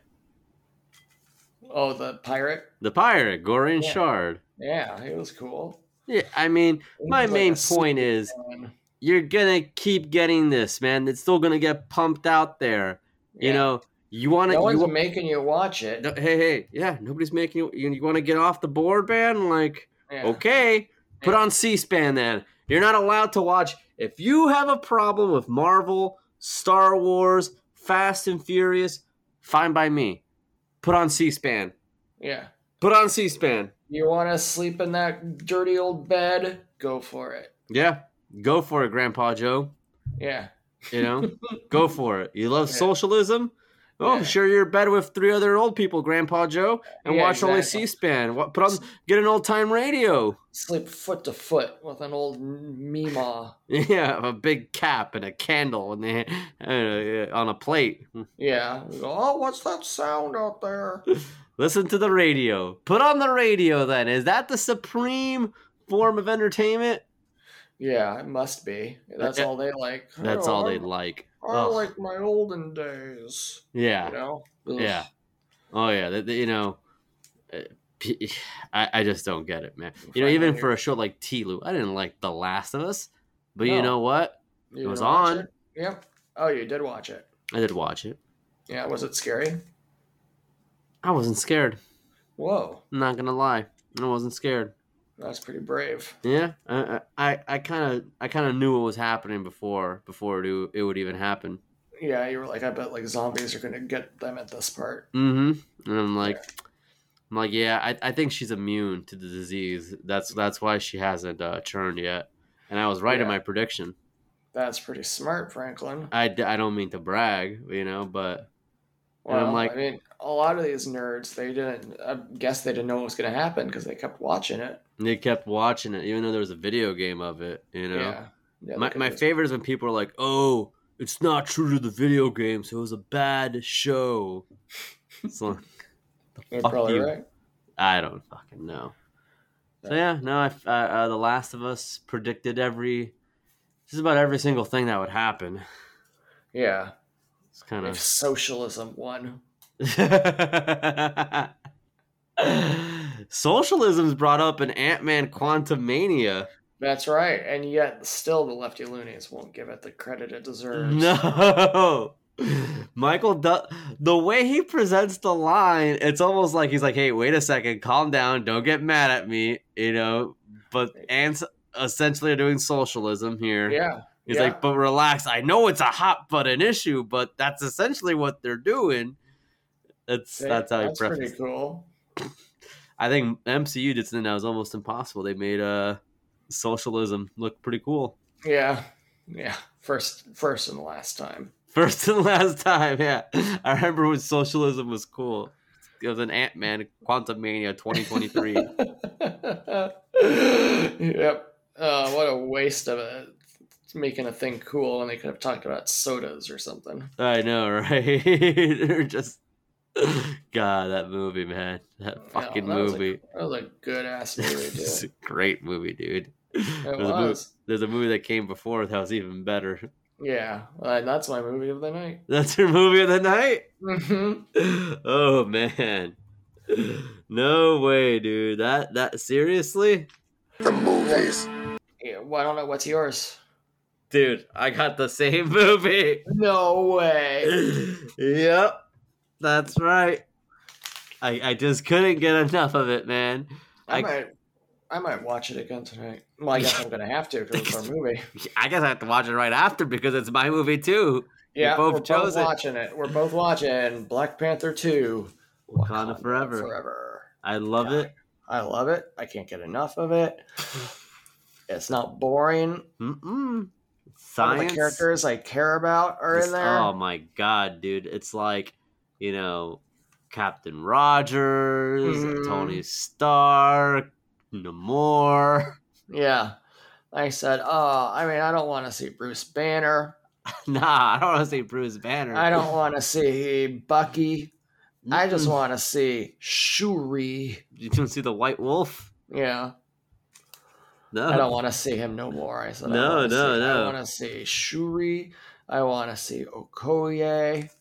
Speaker 4: Oh, the pirate.
Speaker 3: The pirate, Gorian
Speaker 4: Yeah.
Speaker 3: Shard.
Speaker 4: Yeah, he was cool.
Speaker 3: Yeah, I mean,
Speaker 4: He
Speaker 3: my
Speaker 4: was like
Speaker 3: main
Speaker 4: a
Speaker 3: point is
Speaker 4: Superman.
Speaker 3: you're gonna keep getting this, man. It's still gonna get pumped out there. You
Speaker 4: Yeah.
Speaker 3: know, you want to.
Speaker 4: no
Speaker 3: you
Speaker 4: one's
Speaker 3: wa-
Speaker 4: making you watch it.
Speaker 3: no- hey, hey, yeah. Nobody's making you. You, want to get off the board, man? Like,
Speaker 4: Yeah.
Speaker 3: okay, put
Speaker 4: Yeah.
Speaker 3: on C-SPAN. Then you're not allowed to watch. If you have a problem with Marvel, Star Wars, Fast and Furious, fine by me. Put on C-SPAN.
Speaker 4: Yeah.
Speaker 3: Put on C-SPAN.
Speaker 4: You want to sleep in that dirty old bed? Go for it.
Speaker 3: Yeah, go for it, Grandpa Joe.
Speaker 4: Yeah.
Speaker 3: You know, go for it. You love
Speaker 4: Yeah.
Speaker 3: socialism? Oh,
Speaker 4: Yeah.
Speaker 3: share your bed with three other old people, Grandpa Joe, and
Speaker 4: Yeah,
Speaker 3: watch only
Speaker 4: exactly.
Speaker 3: C-SPAN. What, put on, get an old time radio.
Speaker 4: Sleep foot to foot with an old Mima.
Speaker 3: Yeah, a big cap and a candle in the, hand- uh, on a plate.
Speaker 4: Yeah. We go, oh, what's that sound out there?
Speaker 3: Listen to the radio. Put on the radio. Then is that the supreme form of entertainment?
Speaker 4: Yeah, it must be. That's all they like.
Speaker 3: That's
Speaker 4: Oh,
Speaker 3: all they
Speaker 4: I-
Speaker 3: like.
Speaker 4: I
Speaker 3: Ugh.
Speaker 4: like my olden days.
Speaker 3: yeah.
Speaker 4: You know?
Speaker 3: Yeah. Oh yeah, th- th- you know, uh, p- I I just don't get it, man. You know,
Speaker 4: Fine,
Speaker 3: even
Speaker 4: I
Speaker 3: for a show like Tilu, I didn't like The Last of Us, but you
Speaker 4: No.
Speaker 3: know what?
Speaker 4: You
Speaker 3: It was
Speaker 4: didn't watch
Speaker 3: on.
Speaker 4: it? Yep. Oh, you did watch it.
Speaker 3: I did watch it.
Speaker 4: Yeah, was it scary?
Speaker 3: I wasn't scared.
Speaker 4: Whoa,
Speaker 3: I'm not gonna lie, I wasn't scared.
Speaker 4: that's pretty brave.
Speaker 3: Yeah, I I I kind of I kind of knew what was happening before before it, it would even happen.
Speaker 4: Yeah, you were like, I bet like zombies are gonna get them at this part.
Speaker 3: Mm-hmm. And I'm like, I'm like, yeah, I, I think she's immune to the disease. That's that's why she hasn't uh, churned yet. And I was right in
Speaker 4: Yeah.
Speaker 3: my prediction.
Speaker 4: That's pretty smart, Franklin.
Speaker 3: I, d- I don't mean to brag, you know, but and
Speaker 4: Well,
Speaker 3: I'm like-
Speaker 4: I mean, a lot of these nerds, they didn't. I guess they didn't know what was gonna happen because they kept watching it.
Speaker 3: they kept watching it, even though there was a video game of it, you know.
Speaker 4: Yeah. yeah
Speaker 3: my
Speaker 4: look at
Speaker 3: my
Speaker 4: this.
Speaker 3: favorite is when people are like, oh, it's not true to the video game, so it was a bad show. It's like,
Speaker 4: They're
Speaker 3: fuck
Speaker 4: probably
Speaker 3: you.
Speaker 4: right.
Speaker 3: I don't fucking know. So yeah, no, I, I, uh, The Last of Us predicted every, just about every single thing that would happen.
Speaker 4: Yeah.
Speaker 3: It's kind
Speaker 4: If socialism won.
Speaker 3: of. Socialism's brought up in Ant Man Quantum Mania.
Speaker 4: That's right, and yet still the lefty loonies won't give it the credit it deserves.
Speaker 3: No. Michael, Du- the way he presents the line, it's almost like he's like, "Hey, wait a second, calm down, don't get mad at me," you know. But ants essentially are doing socialism here.
Speaker 4: Yeah.
Speaker 3: he's
Speaker 4: yeah.
Speaker 3: like, "But relax, I know it's a hot button issue, but that's essentially what they're doing." That's
Speaker 4: Yeah,
Speaker 3: that's how he prefaced.
Speaker 4: pretty
Speaker 3: it.
Speaker 4: cool.
Speaker 3: I think MCU did something that was almost impossible. They made uh socialism look pretty cool.
Speaker 4: Yeah, yeah. First, first and last time.
Speaker 3: First and last time, yeah. I remember when socialism was cool. It was an Ant Man Quantum Mania 2023.
Speaker 4: yep. Uh, what a waste of a making a thing cool, and they could have talked about sodas or something.
Speaker 3: I know, right? or just God, that movie, man. That
Speaker 4: Yeah,
Speaker 3: fucking
Speaker 4: that was a-
Speaker 3: movie.
Speaker 4: That was a good ass movie. Dude.
Speaker 3: It's a great movie, dude.
Speaker 4: It
Speaker 3: There's a, movie,
Speaker 4: was.
Speaker 3: there's a movie that came before that was even better.
Speaker 4: Yeah, uh, that's my movie of the night.
Speaker 3: That's your movie of the night?
Speaker 4: hmm
Speaker 3: Oh man. No way, dude. That that seriously?
Speaker 1: The movies.
Speaker 4: Yeah, well, I don't know what's yours.
Speaker 3: Dude, I got the same movie.
Speaker 4: No way.
Speaker 3: yep, that's right. I, I just couldn't get enough of it, man.
Speaker 4: I,
Speaker 3: I-
Speaker 4: might. I might watch it again tonight. Well, I guess I'm gonna have to because it's our movie.
Speaker 3: I guess I have to watch it right after because it's my movie too. We
Speaker 4: Yeah,
Speaker 3: both
Speaker 4: we're
Speaker 3: chose it.
Speaker 4: both watching it. We're both watching Black Panther Two.
Speaker 3: Wakanda Forever.
Speaker 4: Forever.
Speaker 3: I love it.
Speaker 4: I love it. I can't get enough of it. It's not boring.
Speaker 3: Mm-mm.
Speaker 4: All the
Speaker 3: Science.
Speaker 4: characters I care about are
Speaker 3: Just-
Speaker 4: in there.
Speaker 3: Oh my god, dude! It's like you know, Captain Rogers,
Speaker 4: Mhm.
Speaker 3: Tony Stark, Namor.
Speaker 4: yeah. I said, "Oh, I mean, I don't want to see Bruce Banner.
Speaker 3: Nah, I don't want to say Bruce Banner.
Speaker 4: I don't want to see Bucky. I just want to see Shuri.
Speaker 3: You don't see the White Wolf?
Speaker 4: Yeah,
Speaker 3: No.
Speaker 4: I don't want to see him no more." I said,
Speaker 3: No,
Speaker 4: I wanna
Speaker 3: no,
Speaker 4: see,
Speaker 3: no.
Speaker 4: I want to see Shuri. I want to see Okoye.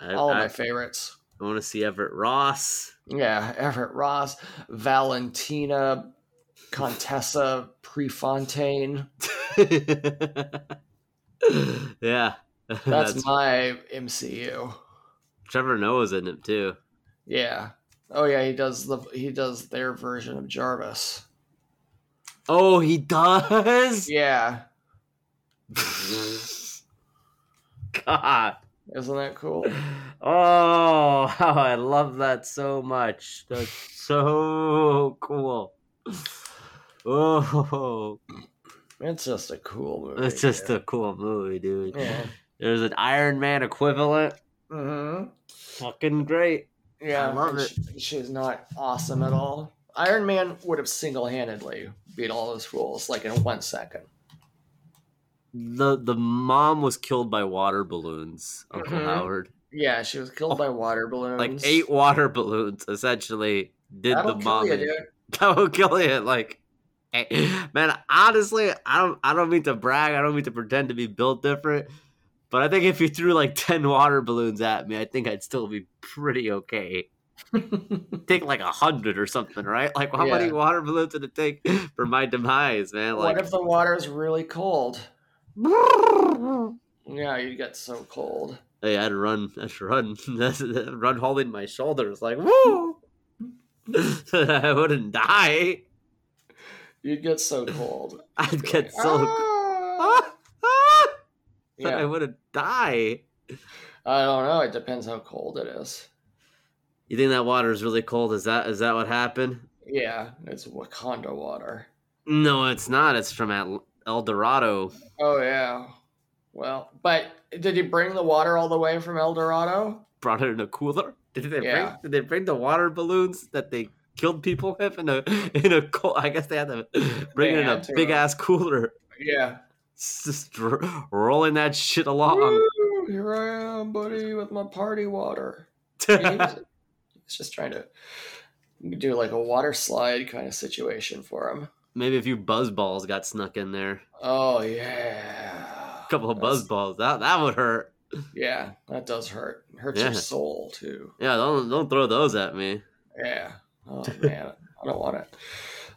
Speaker 3: I,
Speaker 4: All of
Speaker 3: I,
Speaker 4: my favorites.
Speaker 3: I want to see Everett Ross.
Speaker 4: Yeah, Everett Ross, Valentina, Contessa Prefontaine.
Speaker 3: yeah. That's,
Speaker 4: That's, my MCU.
Speaker 3: Trevor Noah's in it too.
Speaker 4: Yeah. Oh yeah, he does the he does their version of Jarvis.
Speaker 3: Oh, he does.
Speaker 4: Yeah,
Speaker 3: God.
Speaker 4: isn't that cool?
Speaker 3: Oh, how I love that so much. That's so cool. Oh,
Speaker 4: It's just a cool movie.
Speaker 3: it's just a cool movie, dude.
Speaker 4: yeah.
Speaker 3: There's an Iron Man equivalent.
Speaker 4: hmm
Speaker 3: Fucking great.
Speaker 4: Yeah,
Speaker 3: I love
Speaker 4: and
Speaker 3: it.
Speaker 4: she- she's not awesome at all. Iron Man would have single handedly beat all those fools like in one second.
Speaker 3: The the mom was killed by water balloons, Uncle
Speaker 4: Mhm.
Speaker 3: Howard.
Speaker 4: Yeah, she was killed by water balloons.
Speaker 3: Like eight water balloons essentially did
Speaker 4: That'll
Speaker 3: the
Speaker 4: kill
Speaker 3: mom
Speaker 4: you,
Speaker 3: in.
Speaker 4: dude.
Speaker 3: that would kill you. Like, eh, man, honestly, I don't, I don't mean to brag. I don't mean to pretend to be built different. But I think if you threw like ten water balloons at me, I think I'd still be pretty okay. take like a hundred or something, right? Like, how many
Speaker 4: Yeah.
Speaker 3: water balloons did it take for my demise, man? Like,
Speaker 4: what if the water's really cold? Yeah, you get so cold.
Speaker 3: hey, I'd run, I'd run, run, holding my shoulders, like, woo. I wouldn't die.
Speaker 4: You'd get so cold.
Speaker 3: I'd get so.
Speaker 4: Ah!
Speaker 3: that I
Speaker 4: yeah.
Speaker 3: would have died.
Speaker 4: I don't know. It depends how cold it is.
Speaker 3: You think that water is really cold? Is that is that what happened?
Speaker 4: Yeah, it's Wakanda water.
Speaker 3: No, it's not. It's from Atl- El Dorado.
Speaker 4: Oh yeah. Well, but did you bring the water all the way from El Dorado?
Speaker 3: Brought it in a cooler. Did they
Speaker 4: Yeah.
Speaker 3: bring? Did they bring the water balloons that they killed people with in a in a cold? I guess they had to bring it in
Speaker 4: had
Speaker 3: a
Speaker 4: to.
Speaker 3: big ass cooler.
Speaker 4: Yeah.
Speaker 3: It's Just r- rolling that shit along.
Speaker 4: Woo, here I am, buddy, with my party water.
Speaker 3: yeah,
Speaker 4: It's just trying to do like a water slide kind of situation for him.
Speaker 3: maybe a few buzz balls got snuck in there.
Speaker 4: Oh yeah.
Speaker 3: A couple of
Speaker 4: That's-
Speaker 3: buzz balls. That that would hurt.
Speaker 4: Yeah, that does hurt. Hurts
Speaker 3: Yeah.
Speaker 4: your soul too.
Speaker 3: Yeah, don't don't throw those at me.
Speaker 4: Yeah. Oh man, I don't want it.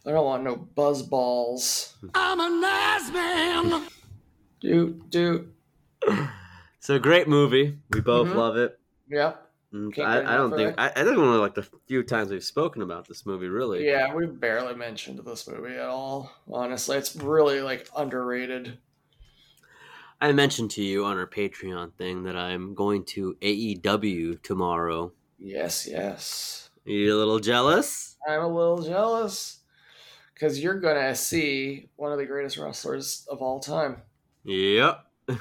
Speaker 4: I don't want no buzz balls. I'm a nice man. Dude, dude.
Speaker 3: So great movie. We both
Speaker 4: Mhm.
Speaker 3: love it.
Speaker 4: Yep.
Speaker 3: Mm,
Speaker 4: Can't get
Speaker 3: I, I don't
Speaker 4: enough of
Speaker 3: think
Speaker 4: it.
Speaker 3: I, I think one of like the few times we've spoken about this movie really.
Speaker 4: Yeah, we barely mentioned this movie at all. Honestly, it's really like underrated.
Speaker 3: I mentioned to you on our Patreon thing that I'm going to AEW tomorrow.
Speaker 4: Yes, yes.
Speaker 3: You a little jealous?
Speaker 4: I'm a little jealous because you're gonna see one of the greatest wrestlers of all time.
Speaker 3: Yep.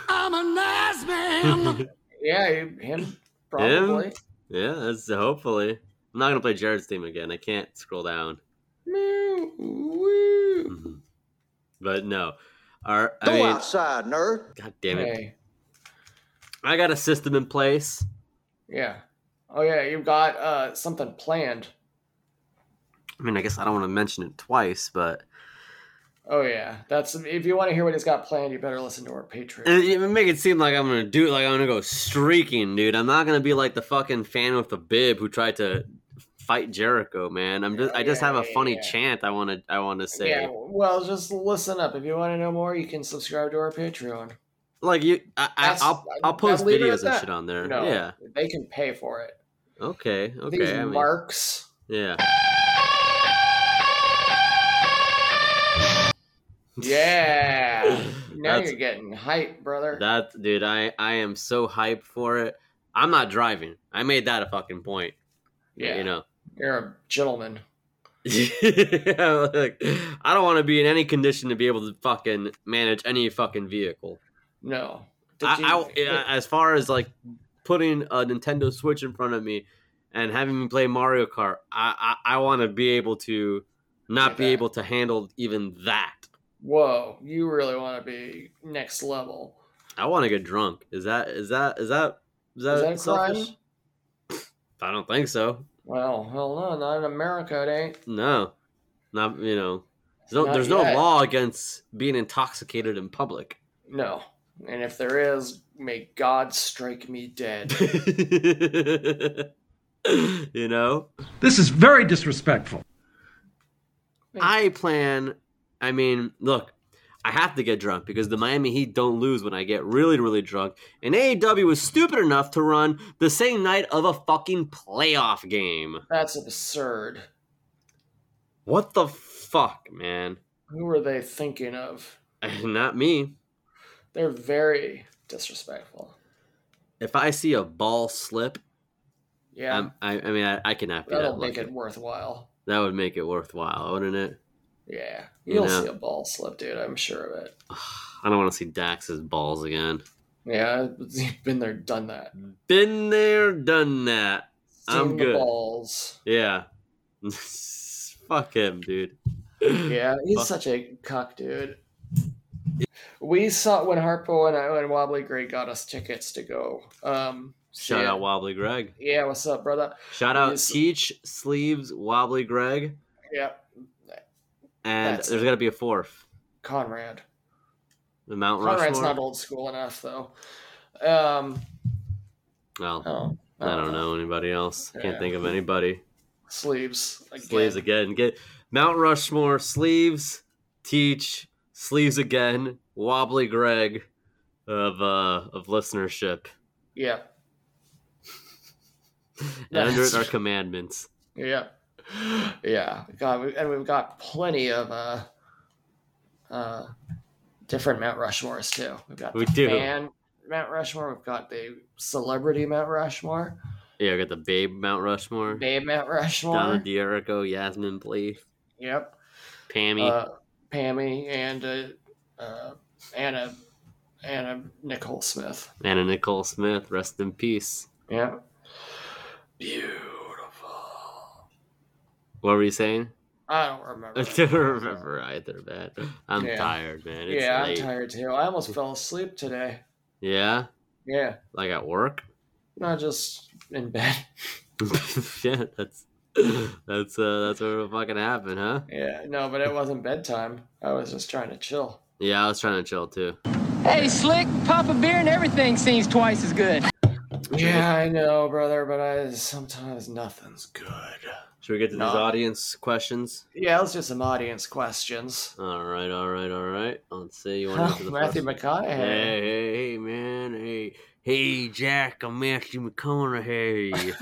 Speaker 3: I'm a nice man.
Speaker 4: Yeah, you- him probably.
Speaker 3: yeah, that's hopefully. I'm not gonna play Jared's theme again. I can't scroll down.
Speaker 4: Meow, woo.
Speaker 3: Mhm. But no. Our, I
Speaker 5: Go
Speaker 3: mean,
Speaker 5: outside, nerd.
Speaker 3: God damn it.
Speaker 4: Hey.
Speaker 3: I got a system in place.
Speaker 4: Yeah. Oh yeah, you've got uh something planned.
Speaker 3: I mean, I guess I don't want to mention it twice, but
Speaker 4: Oh yeah, that's if you want to hear what he's got planned, you better listen to our Patreon.
Speaker 3: And you make it seem like I'm gonna do like I'm gonna go streaking, dude. I'm not gonna be like the fucking fan with the bib who tried to fight Jericho, man. I'm just I just
Speaker 4: Yeah,
Speaker 3: have a
Speaker 4: yeah,
Speaker 3: funny
Speaker 4: yeah.
Speaker 3: chant I wanna I wanna say.
Speaker 4: Yeah, well, just listen up. If you want to know more, you can subscribe to our Patreon.
Speaker 3: Like you, I, I,
Speaker 4: That's-
Speaker 3: I'll I'll
Speaker 4: I'll
Speaker 3: post
Speaker 4: leave it at
Speaker 3: videos and
Speaker 4: that.
Speaker 3: shit on there.
Speaker 4: No,
Speaker 3: Yeah.
Speaker 4: they can pay for it.
Speaker 3: Okay. Okay.
Speaker 4: These
Speaker 3: I mean,
Speaker 4: marks.
Speaker 3: yeah.
Speaker 4: Yeah. now
Speaker 3: That's-
Speaker 4: you're getting hype, brother.
Speaker 3: That dude, I I am so hyped for it. I'm not driving. I made that a fucking point.
Speaker 4: yeah,
Speaker 3: You know.
Speaker 4: you're a gentleman.
Speaker 3: Like, I don't want to be in any condition to be able to fucking manage any fucking vehicle.
Speaker 4: No. Did
Speaker 3: I,
Speaker 4: you-
Speaker 3: I- yeah, as far as like putting a Nintendo Switch in front of me and having me play Mario Kart, I I, I want to be able to not
Speaker 4: Do
Speaker 3: be
Speaker 4: that.
Speaker 3: able to handle even that.
Speaker 4: whoa, you really want to be next level.
Speaker 3: I want to get drunk. Is that is that is that is that,
Speaker 4: Is that a crime?
Speaker 3: selfish? I don't think so.
Speaker 4: Well, hell no, not in America, it ain't.
Speaker 3: No, not you know. There's no,
Speaker 4: Not
Speaker 3: there's
Speaker 4: yet.
Speaker 3: no law against being intoxicated in public.
Speaker 4: No. And if there is, may God strike me dead.
Speaker 3: you know,
Speaker 8: This is very disrespectful.
Speaker 3: I plan. I mean, look, I have to get drunk because the Miami Heat don't lose when I get really, really drunk. And AEW was stupid enough to run the same night of a fucking playoff game.
Speaker 4: That's absurd.
Speaker 3: What the fuck, man?
Speaker 4: Who are they thinking of?
Speaker 3: Not me.
Speaker 4: They're very disrespectful.
Speaker 3: If I see a ball slip,
Speaker 4: Yeah.
Speaker 3: I'm, I, I mean, I, I cannot be
Speaker 4: that'll
Speaker 3: that
Speaker 4: make
Speaker 3: lucky.
Speaker 4: it worthwhile.
Speaker 3: That would make it worthwhile, wouldn't it?
Speaker 4: Yeah.
Speaker 3: You
Speaker 4: You'll
Speaker 3: know.
Speaker 4: see a ball slip, dude. I'm sure of it.
Speaker 3: I don't want to see Dax's balls again.
Speaker 4: Yeah. You've been there, done that.
Speaker 3: Been there, done that. I'm
Speaker 4: Seen
Speaker 3: good.
Speaker 4: The balls.
Speaker 3: Yeah. Fuck him, dude.
Speaker 4: Yeah, he's such a cuck, dude. We saw when Harpo and I and Wobbly Gray got us tickets to go. Um,
Speaker 3: Shout
Speaker 4: yeah.
Speaker 3: out Wobbly Greg.
Speaker 4: Yeah, what's up, brother?
Speaker 3: Shout out
Speaker 4: Yes.
Speaker 3: Teach Sleeves Wobbly Greg.
Speaker 4: Yeah,
Speaker 3: And
Speaker 4: That's-
Speaker 3: there's got to be a fourth.
Speaker 4: Conrad.
Speaker 3: The Mount
Speaker 4: Conrad's
Speaker 3: Rushmore.
Speaker 4: not old school enough, though. Um,
Speaker 3: well,
Speaker 4: oh,
Speaker 3: I don't know anybody else. Can't
Speaker 4: Yeah.
Speaker 3: think of anybody.
Speaker 4: Sleeves. Again.
Speaker 3: Sleeves again. Get Mount Rushmore. Sleeves. Teach. Sleeves again. Wobbly Greg. Of uh of listenership.
Speaker 4: Yeah,
Speaker 3: And under it
Speaker 4: That's-
Speaker 3: are commandments.
Speaker 4: yeah, yeah. God, we, and we've got plenty of uh, uh, different Mount Rushmores too. We've got
Speaker 3: We
Speaker 4: the
Speaker 3: do.
Speaker 4: fan Mount Rushmore. We've got the celebrity Mount Rushmore.
Speaker 3: Yeah, I got the Babe Mount Rushmore.
Speaker 4: Babe Mount
Speaker 3: Donna
Speaker 4: Rushmore.
Speaker 3: D'Erico, Yasmin Blee,
Speaker 4: Yep.
Speaker 3: Pammy.
Speaker 4: Uh, Pammy and uh, uh, Anna Anna Nicole Smith.
Speaker 3: Anna Nicole Smith, rest in peace.
Speaker 4: Yep.
Speaker 3: What were you saying?
Speaker 4: I don't remember.
Speaker 3: I don't remember either, man. I'm
Speaker 4: Yeah.
Speaker 3: tired, man. It's
Speaker 4: yeah,
Speaker 3: late.
Speaker 4: I'm tired too. I almost fell asleep today.
Speaker 3: Yeah,
Speaker 4: Yeah,
Speaker 3: like at work.
Speaker 4: not just in bed.
Speaker 3: yeah, that's that's uh that's what would fucking happen, huh?
Speaker 4: Yeah, no, but it wasn't bedtime. I was just trying to chill.
Speaker 3: Yeah, I was trying to chill too.
Speaker 9: Hey, Slick, pop a beer and everything seems twice as good.
Speaker 4: Yeah, I know, brother, but I sometimes nothing's good.
Speaker 3: Should we get to
Speaker 4: No.
Speaker 3: these audience questions?
Speaker 4: Yeah, let's do some audience questions.
Speaker 3: All right, all right, all right. Let's see. You want to get to
Speaker 4: Matthew
Speaker 3: the first
Speaker 4: McConaughey.
Speaker 3: Hey, hey, hey, man. Hey, hey, Jack. I'm Matthew McConaughey.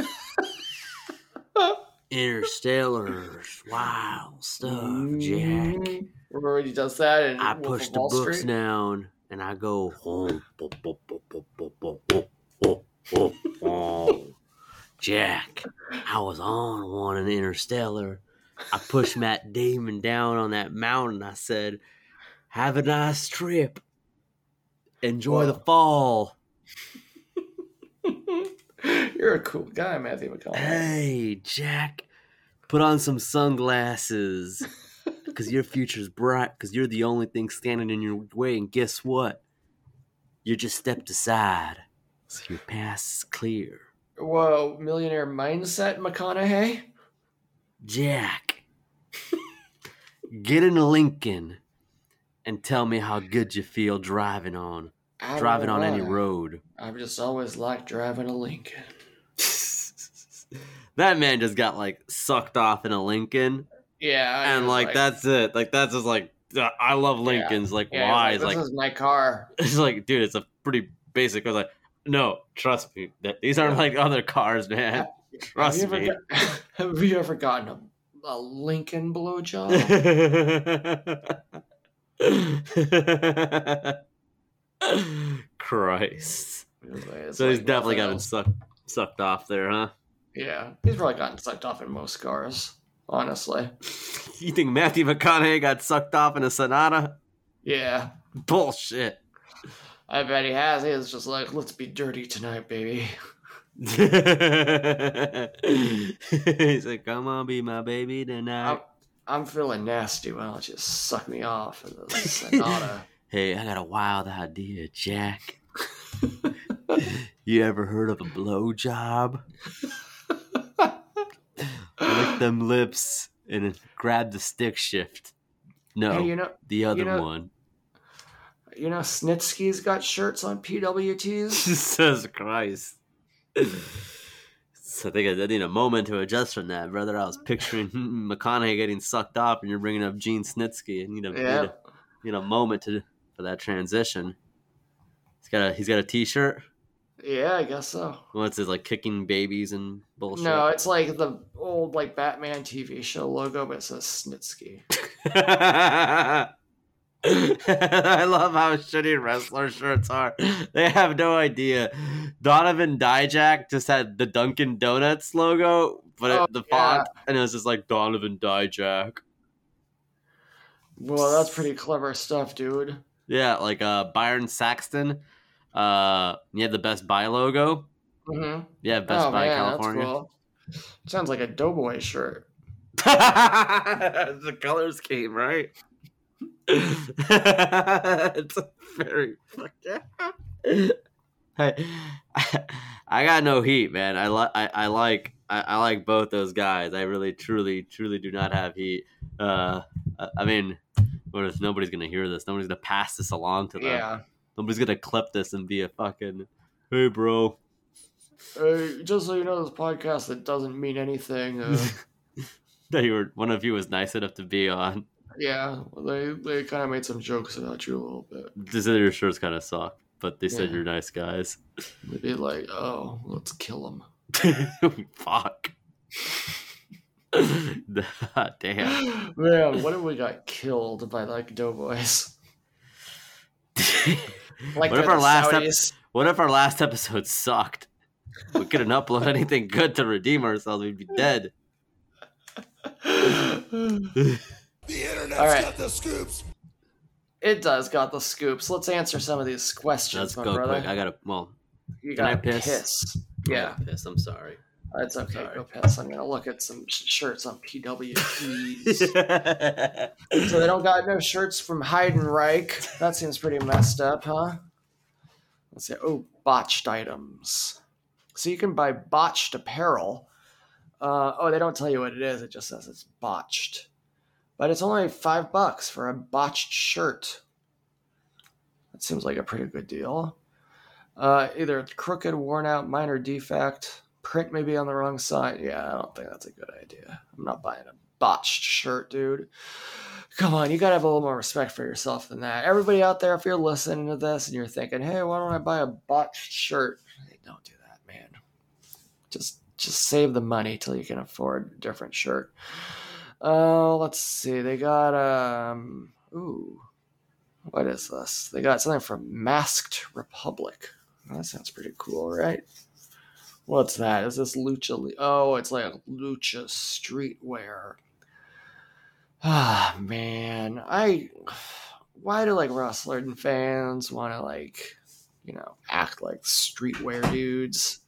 Speaker 3: Interstellar. Wild stuff, Jack.
Speaker 4: Mm-hmm. Remember when he does that? And
Speaker 3: I push the books down and I go home. Bo- bo- bo- bo- bo- bo- bo- bo- bo- bo. Jack, I was on one in Interstellar. I pushed Matt Damon down on that mountain. I said, Have a nice trip. Enjoy the fall.
Speaker 4: You're a cool guy, Matthew McConaughey.
Speaker 3: Hey, Jack, put on some sunglasses. Because your future's bright, because you're the only thing standing in your way. And guess what? You just stepped aside. So your path is clear.
Speaker 4: Whoa, millionaire mindset, McConaughey.
Speaker 3: Jack, get in a Lincoln and tell me how good you feel driving on.
Speaker 4: I don't
Speaker 3: Driving
Speaker 4: know
Speaker 3: on any
Speaker 4: why.
Speaker 3: road.
Speaker 4: I've just always liked driving a Lincoln.
Speaker 3: that man just got like sucked off in a Lincoln.
Speaker 4: Yeah, I
Speaker 3: and
Speaker 4: was
Speaker 3: like, that's it. Like that's just like uh, I love Lincolns. Like
Speaker 4: yeah,
Speaker 3: why?
Speaker 4: Like,
Speaker 3: It's
Speaker 4: this
Speaker 3: like,
Speaker 4: is my car.
Speaker 3: it's like dude, it's a pretty basic. I was like, no, trust me. That these aren't like other cars, man. Trust
Speaker 4: have, you
Speaker 3: me.
Speaker 4: ever got- have you ever gotten a, a Lincoln blowjob? um,
Speaker 3: Christ.
Speaker 4: It's
Speaker 3: So he's
Speaker 4: like,
Speaker 3: definitely
Speaker 4: what
Speaker 3: gotten
Speaker 4: the hell?
Speaker 3: sucked sucked off there, huh?
Speaker 4: Yeah, he's probably gotten sucked off in most cars. Honestly,
Speaker 3: You think Matthew McConaughey got sucked off in a Sonata?
Speaker 4: yeah,
Speaker 3: Bullshit.
Speaker 4: I bet he has. He was just like, let's be dirty tonight, baby.
Speaker 3: He's like, come on, be my baby tonight.
Speaker 4: I'm, I'm feeling nasty. Why don't you suck me off in the sonata?
Speaker 3: Hey, I got a wild idea, Jack. you ever heard of a blowjob? Lick them lips and grab the stick shift. No,
Speaker 4: Hey, you know-
Speaker 3: the other
Speaker 4: know-
Speaker 3: one.
Speaker 4: you know, Snitsky's got shirts on PWTs.
Speaker 3: Jesus Christ. So I think I need a moment to adjust from that, brother. I was picturing hmm, McConaughey getting sucked off, and you're bringing up Gene Snitsky. I need a, need a
Speaker 4: yeah.
Speaker 3: need a moment to for that transition. He's got a he's got a T-shirt.
Speaker 4: Yeah, I guess so.
Speaker 3: What's his like kicking babies and bullshit?
Speaker 4: No, it's like the old like Batman TV show logo, but it says Snitsky.
Speaker 3: I love how shitty wrestler shirts are. They have no idea. Donovan Dijak just had the Dunkin' Donuts logo, but it,
Speaker 4: Oh,
Speaker 3: the
Speaker 4: yeah.
Speaker 3: font, and it was just like Donovan Dijak.
Speaker 4: Well, that's pretty clever stuff, dude.
Speaker 3: Yeah, like uh, Byron Saxton. Uh, he had the Best Buy logo.
Speaker 4: Mm-hmm.
Speaker 3: Yeah, Best
Speaker 4: oh
Speaker 3: Buy
Speaker 4: man,
Speaker 3: California.
Speaker 4: that's cool. Sounds like a Doughboy shirt.
Speaker 3: the color scheme, right? it's very fucking. hey, I got no heat, man. I like, I, I like, I, I like both those guys. I really, truly, truly do not have heat. Uh, I, I mean, what if nobody's gonna hear this? Nobody's gonna pass this along to them.
Speaker 4: Yeah.
Speaker 3: Nobody's gonna clip this and be a fucking, hey, bro.
Speaker 4: Uh, just so you know, this podcast that doesn't mean anything. Uh,
Speaker 3: That you were one of you was nice enough to be on.
Speaker 4: yeah, well, they they kind of made some jokes about you a little bit.
Speaker 3: They said your shirts kind of suck, but they said
Speaker 4: Yeah.
Speaker 3: you're nice guys.
Speaker 4: They'd be like, "Oh, let's kill him."
Speaker 3: Fuck. Damn.
Speaker 4: Man, what if we got killed by like Doughboys? Like
Speaker 3: What if
Speaker 4: they're
Speaker 3: our
Speaker 4: the
Speaker 3: last ep-
Speaker 4: Saudis.
Speaker 3: What if our last episode sucked? We couldn't upload anything good to redeem ourselves. We'd be dead.
Speaker 4: All right. It does got the scoops. Let's answer some of these questions,
Speaker 3: Let's
Speaker 4: my
Speaker 3: go
Speaker 4: brother.
Speaker 3: quick. I gotta. Well,
Speaker 4: you
Speaker 3: can I
Speaker 4: gotta
Speaker 3: piss? I
Speaker 4: Yeah,
Speaker 3: gotta piss. I'm sorry.
Speaker 4: that's okay. Go piss. I'm gonna look at some sh- shirts on PWPs. so they don't got no shirts from Heidenreich. That seems pretty messed up, huh? Let's see. Oh, botched items. So you can buy botched apparel. Uh, oh, they don't tell you what it is. It just says it's botched, but it's only five bucks for a botched shirt. That seems like a pretty good deal. Uh, either it's crooked, worn out, minor defect, print maybe on the wrong side. Yeah, I don't think that's a good idea. I'm not buying a botched shirt, dude. Come on, you gotta have a little more respect for yourself than that. Everybody out there, if you're listening to this and you're thinking, "Hey, why don't I buy a botched shirt?" Hey, don't do that, man. Just just save the money till you can afford a different shirt. Uh, let's see. They got um. Ooh, what is this? They got something from Masked Republic. That sounds pretty cool, right? What's that? Is this lucha? li- Oh, it's like lucha streetwear. Ah, man, I. Why do like wrestler and fans want to like, you know, act like streetwear dudes?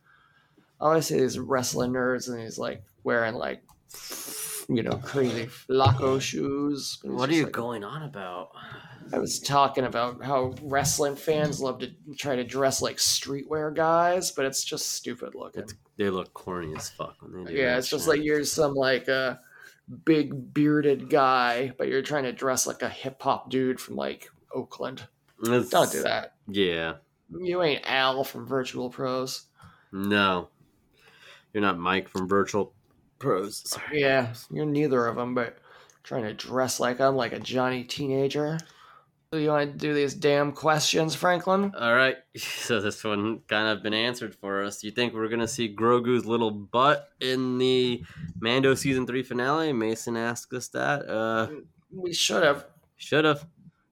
Speaker 4: I always see these wrestling nerds and he's like wearing like, you know, crazy flaco shoes. It's
Speaker 3: What are
Speaker 4: just
Speaker 3: you
Speaker 4: like-
Speaker 3: going on about?
Speaker 4: I was talking about how wrestling fans love to try to dress like streetwear guys, but it's just stupid looking.
Speaker 3: They look corny as fuck when they do.
Speaker 4: yeah,
Speaker 3: that
Speaker 4: it's just
Speaker 3: shit.
Speaker 4: like you're some like a big bearded guy, but you're trying to dress like a hip hop dude from like Oakland.
Speaker 3: It's-
Speaker 4: Don't do that.
Speaker 3: Yeah.
Speaker 4: You ain't Al from Virtual Pros.
Speaker 3: No. You're not Mike from Virtual Pros. Sorry.
Speaker 4: Yeah, you're neither of them, but trying to dress like I'm like a Johnny teenager. Do you want to do these damn questions, Franklin?
Speaker 3: All right. So this one kind of been answered for us. You think we're gonna see Grogu's little butt in the Mando season three finale? Mason asked us that. Uh,
Speaker 4: We should have.
Speaker 3: should have.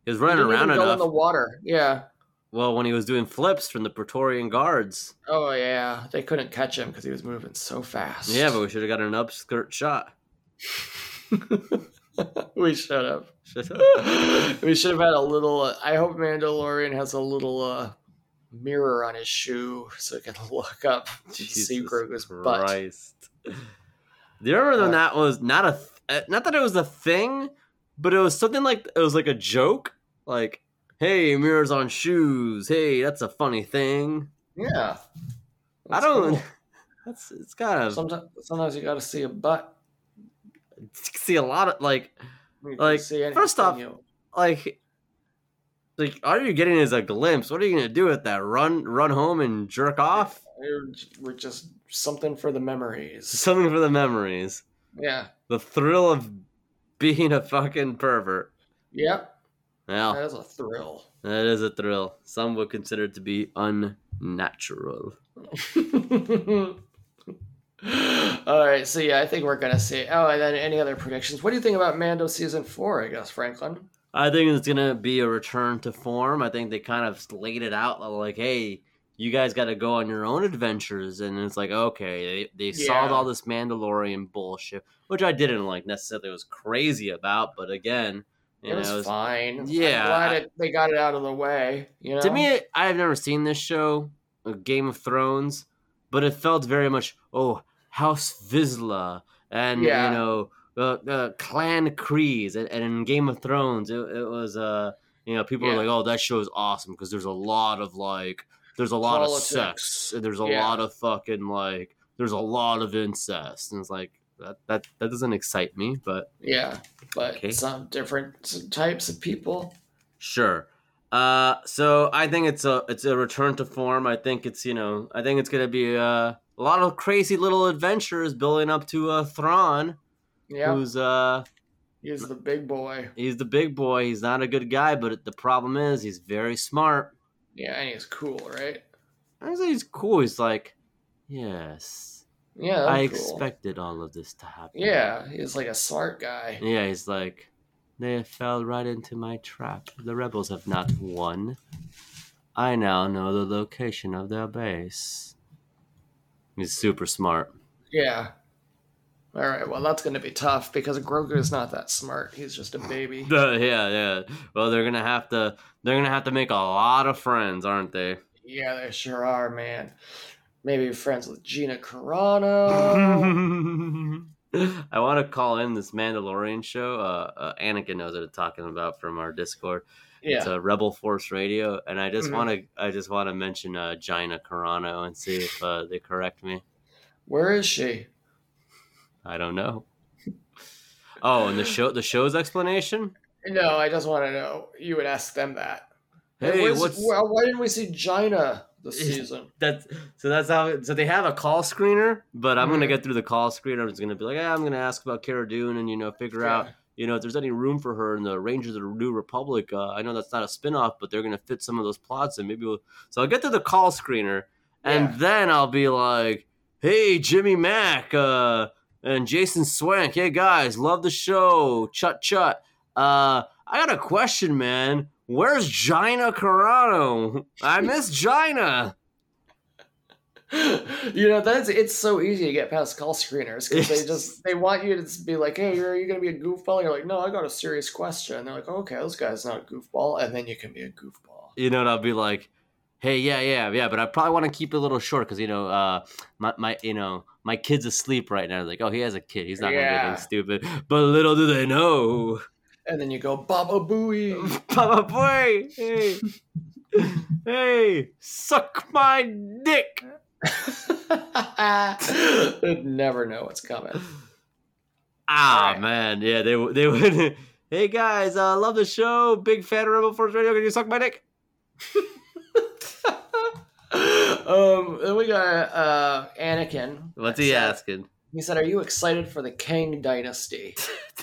Speaker 3: He was
Speaker 4: We
Speaker 3: running
Speaker 4: didn't even
Speaker 3: around
Speaker 4: go in
Speaker 3: enough.
Speaker 4: the water. Yeah.
Speaker 3: Well, when he was doing flips from the Praetorian guards.
Speaker 4: Oh yeah, they couldn't catch him because he was moving so fast.
Speaker 3: Yeah, but we should have got an upskirt shot.
Speaker 4: we should have.
Speaker 3: Should-
Speaker 4: We should have had a little. Uh, I hope Mandalorian has a little uh, mirror on his shoe so he can look up and see
Speaker 3: Jesus
Speaker 4: Grogu's butt.
Speaker 3: Christ. Do you remember when
Speaker 4: Uh,
Speaker 3: that was not a th- uh, not that it was a thing, but it was something like it was like a joke, like "Hey, mirrors on shoes. Hey, that's a funny thing."
Speaker 4: Yeah.
Speaker 3: I don't. That's it's kind of
Speaker 4: Sometimes, sometimes you gotta see a butt.
Speaker 3: see a lot of like
Speaker 4: You can
Speaker 3: Like,
Speaker 4: see
Speaker 3: first off-
Speaker 4: anything you-
Speaker 3: like like all you're getting is a glimpse. What are you gonna do with that? Run run home and jerk off?
Speaker 4: We're- we're just something for the memories.
Speaker 3: Something for the memories.
Speaker 4: Yeah.
Speaker 3: The thrill of being a fucking pervert.
Speaker 4: Yep. That
Speaker 3: Well,
Speaker 4: is a thrill.
Speaker 3: that is a thrill. Some would consider it to be unnatural.
Speaker 4: All right, so yeah, I think we're gonna see. Oh, and then any other predictions? What do you think about Mando season four? I guess Franklin.
Speaker 3: I think it's gonna be a return to form. I think they kind of laid it out like, hey, you guys got to go on your own adventures, and it's like, okay, they, they solved
Speaker 4: Yeah.
Speaker 3: all this Mandalorian bullshit, which I didn't like necessarily was crazy about, but again, you
Speaker 4: it
Speaker 3: know,
Speaker 4: was
Speaker 3: it was-
Speaker 4: fine.
Speaker 3: yeah,
Speaker 4: I'm glad
Speaker 3: I-
Speaker 4: it, they got it out of the way. You know,
Speaker 3: to me, I've never seen this show, uh, Game of Thrones, but it felt very much, oh, House Vizsla, and
Speaker 4: Yeah.
Speaker 3: you know, uh, uh, Clan Crees, and, and in Game of Thrones, it, it was, uh, you know, people
Speaker 4: Yeah.
Speaker 3: were like, oh, that show is awesome because there's a lot of like, there's a lot
Speaker 4: Politics.
Speaker 3: of sex, and there's a
Speaker 4: Yeah.
Speaker 3: lot of fucking like, there's a lot of incest, and it's like that that that doesn't excite me, but
Speaker 4: yeah, but
Speaker 3: Okay.
Speaker 4: some different types of people.
Speaker 3: Sure. Uh, so I think it's a it's a return to form. I think it's you know I think it's gonna be uh, a lot of crazy little adventures building up to uh, Thrawn,
Speaker 4: Yeah,
Speaker 3: who's uh
Speaker 4: he's the big boy.
Speaker 3: he's the big boy. He's not a good guy, but the problem is he's very smart.
Speaker 4: Yeah, and he's cool, right?
Speaker 3: I say he's cool. He's like, yes,
Speaker 4: Yeah,
Speaker 3: I
Speaker 4: that's cool.
Speaker 3: expected all of this to happen.
Speaker 4: Yeah, he's like a smart guy.
Speaker 3: Yeah, he's like, they fell right into my trap. The rebels have not won. I now know the location of their base. He's super smart.
Speaker 4: Yeah. All right, well, that's gonna be tough because Grogu's not that smart. He's just a baby.
Speaker 3: Uh, yeah, yeah. Well, they're gonna have to. They're gonna have to make a lot of friends, aren't they?
Speaker 4: Yeah, they sure are, man. Maybe friends with Gina Carano.
Speaker 3: I want to call in this Mandalorian show. Uh, uh, Anakin knows what I'm talking about from our Discord.
Speaker 4: yeah.
Speaker 3: It's a Rebel Force Radio, and I just
Speaker 4: Mhm.
Speaker 3: want to. I just want to mention uh, Gina Carano and see if uh, they correct me.
Speaker 4: Where is she?
Speaker 3: I don't know. Oh, and the show the show's explanation?
Speaker 4: No, I just want to know. You would ask them that. And
Speaker 3: Hey,
Speaker 4: where's-
Speaker 3: what's
Speaker 4: why, why didn't we see Gina this
Speaker 3: Is-
Speaker 4: season?
Speaker 3: that's so that's how it, so they have a call screener, but I'm gonna
Speaker 4: Mhm.
Speaker 3: get through the call screener. I'm just gonna be like, "Ah, I'm gonna ask about Cara Dune and you know figure out
Speaker 4: Yeah.
Speaker 3: you know if there's any room for her in the Rangers of the New Republic. Uh, I know that's not a spinoff, but they're gonna fit some of those plots and maybe we'll so I'll get to the call screener and
Speaker 4: Yeah.
Speaker 3: then I'll be like, Hey Jimmy Mack, uh and Jason Swank, hey guys, love the show. Chut chut. Uh, I got a question, man. Where's Gina Carano? I miss Gina.
Speaker 4: You know that's it's so easy to get past call screeners because they
Speaker 3: It's-
Speaker 4: just they want you to just be like, hey, are you going to be a goofball? You're like, no, I got a serious question. They're like, okay, this guy's not a goofball, and then you can be a goofball.
Speaker 3: You know, and I'll be like, hey, yeah, yeah, yeah, but I probably want to keep it a little short because you know, uh, my, my, you know, my kid's asleep right now. Like, oh, he has a kid. He's not
Speaker 4: Yeah.
Speaker 3: gonna do anything stupid. But little do they know,
Speaker 4: And then you go, Baba Booey.
Speaker 3: Papa boy, hey, hey, suck my dick.
Speaker 4: You'd never know what's coming.
Speaker 3: Ah
Speaker 4: Alright.
Speaker 3: man, yeah, they w- they would. hey guys, uh, love the show. Big fan of Rebel Force Radio. Can you suck my dick?
Speaker 4: um, then we got uh, Anakin.
Speaker 3: What's he asking?
Speaker 4: He said, "Are you excited for the Kang dynasty?"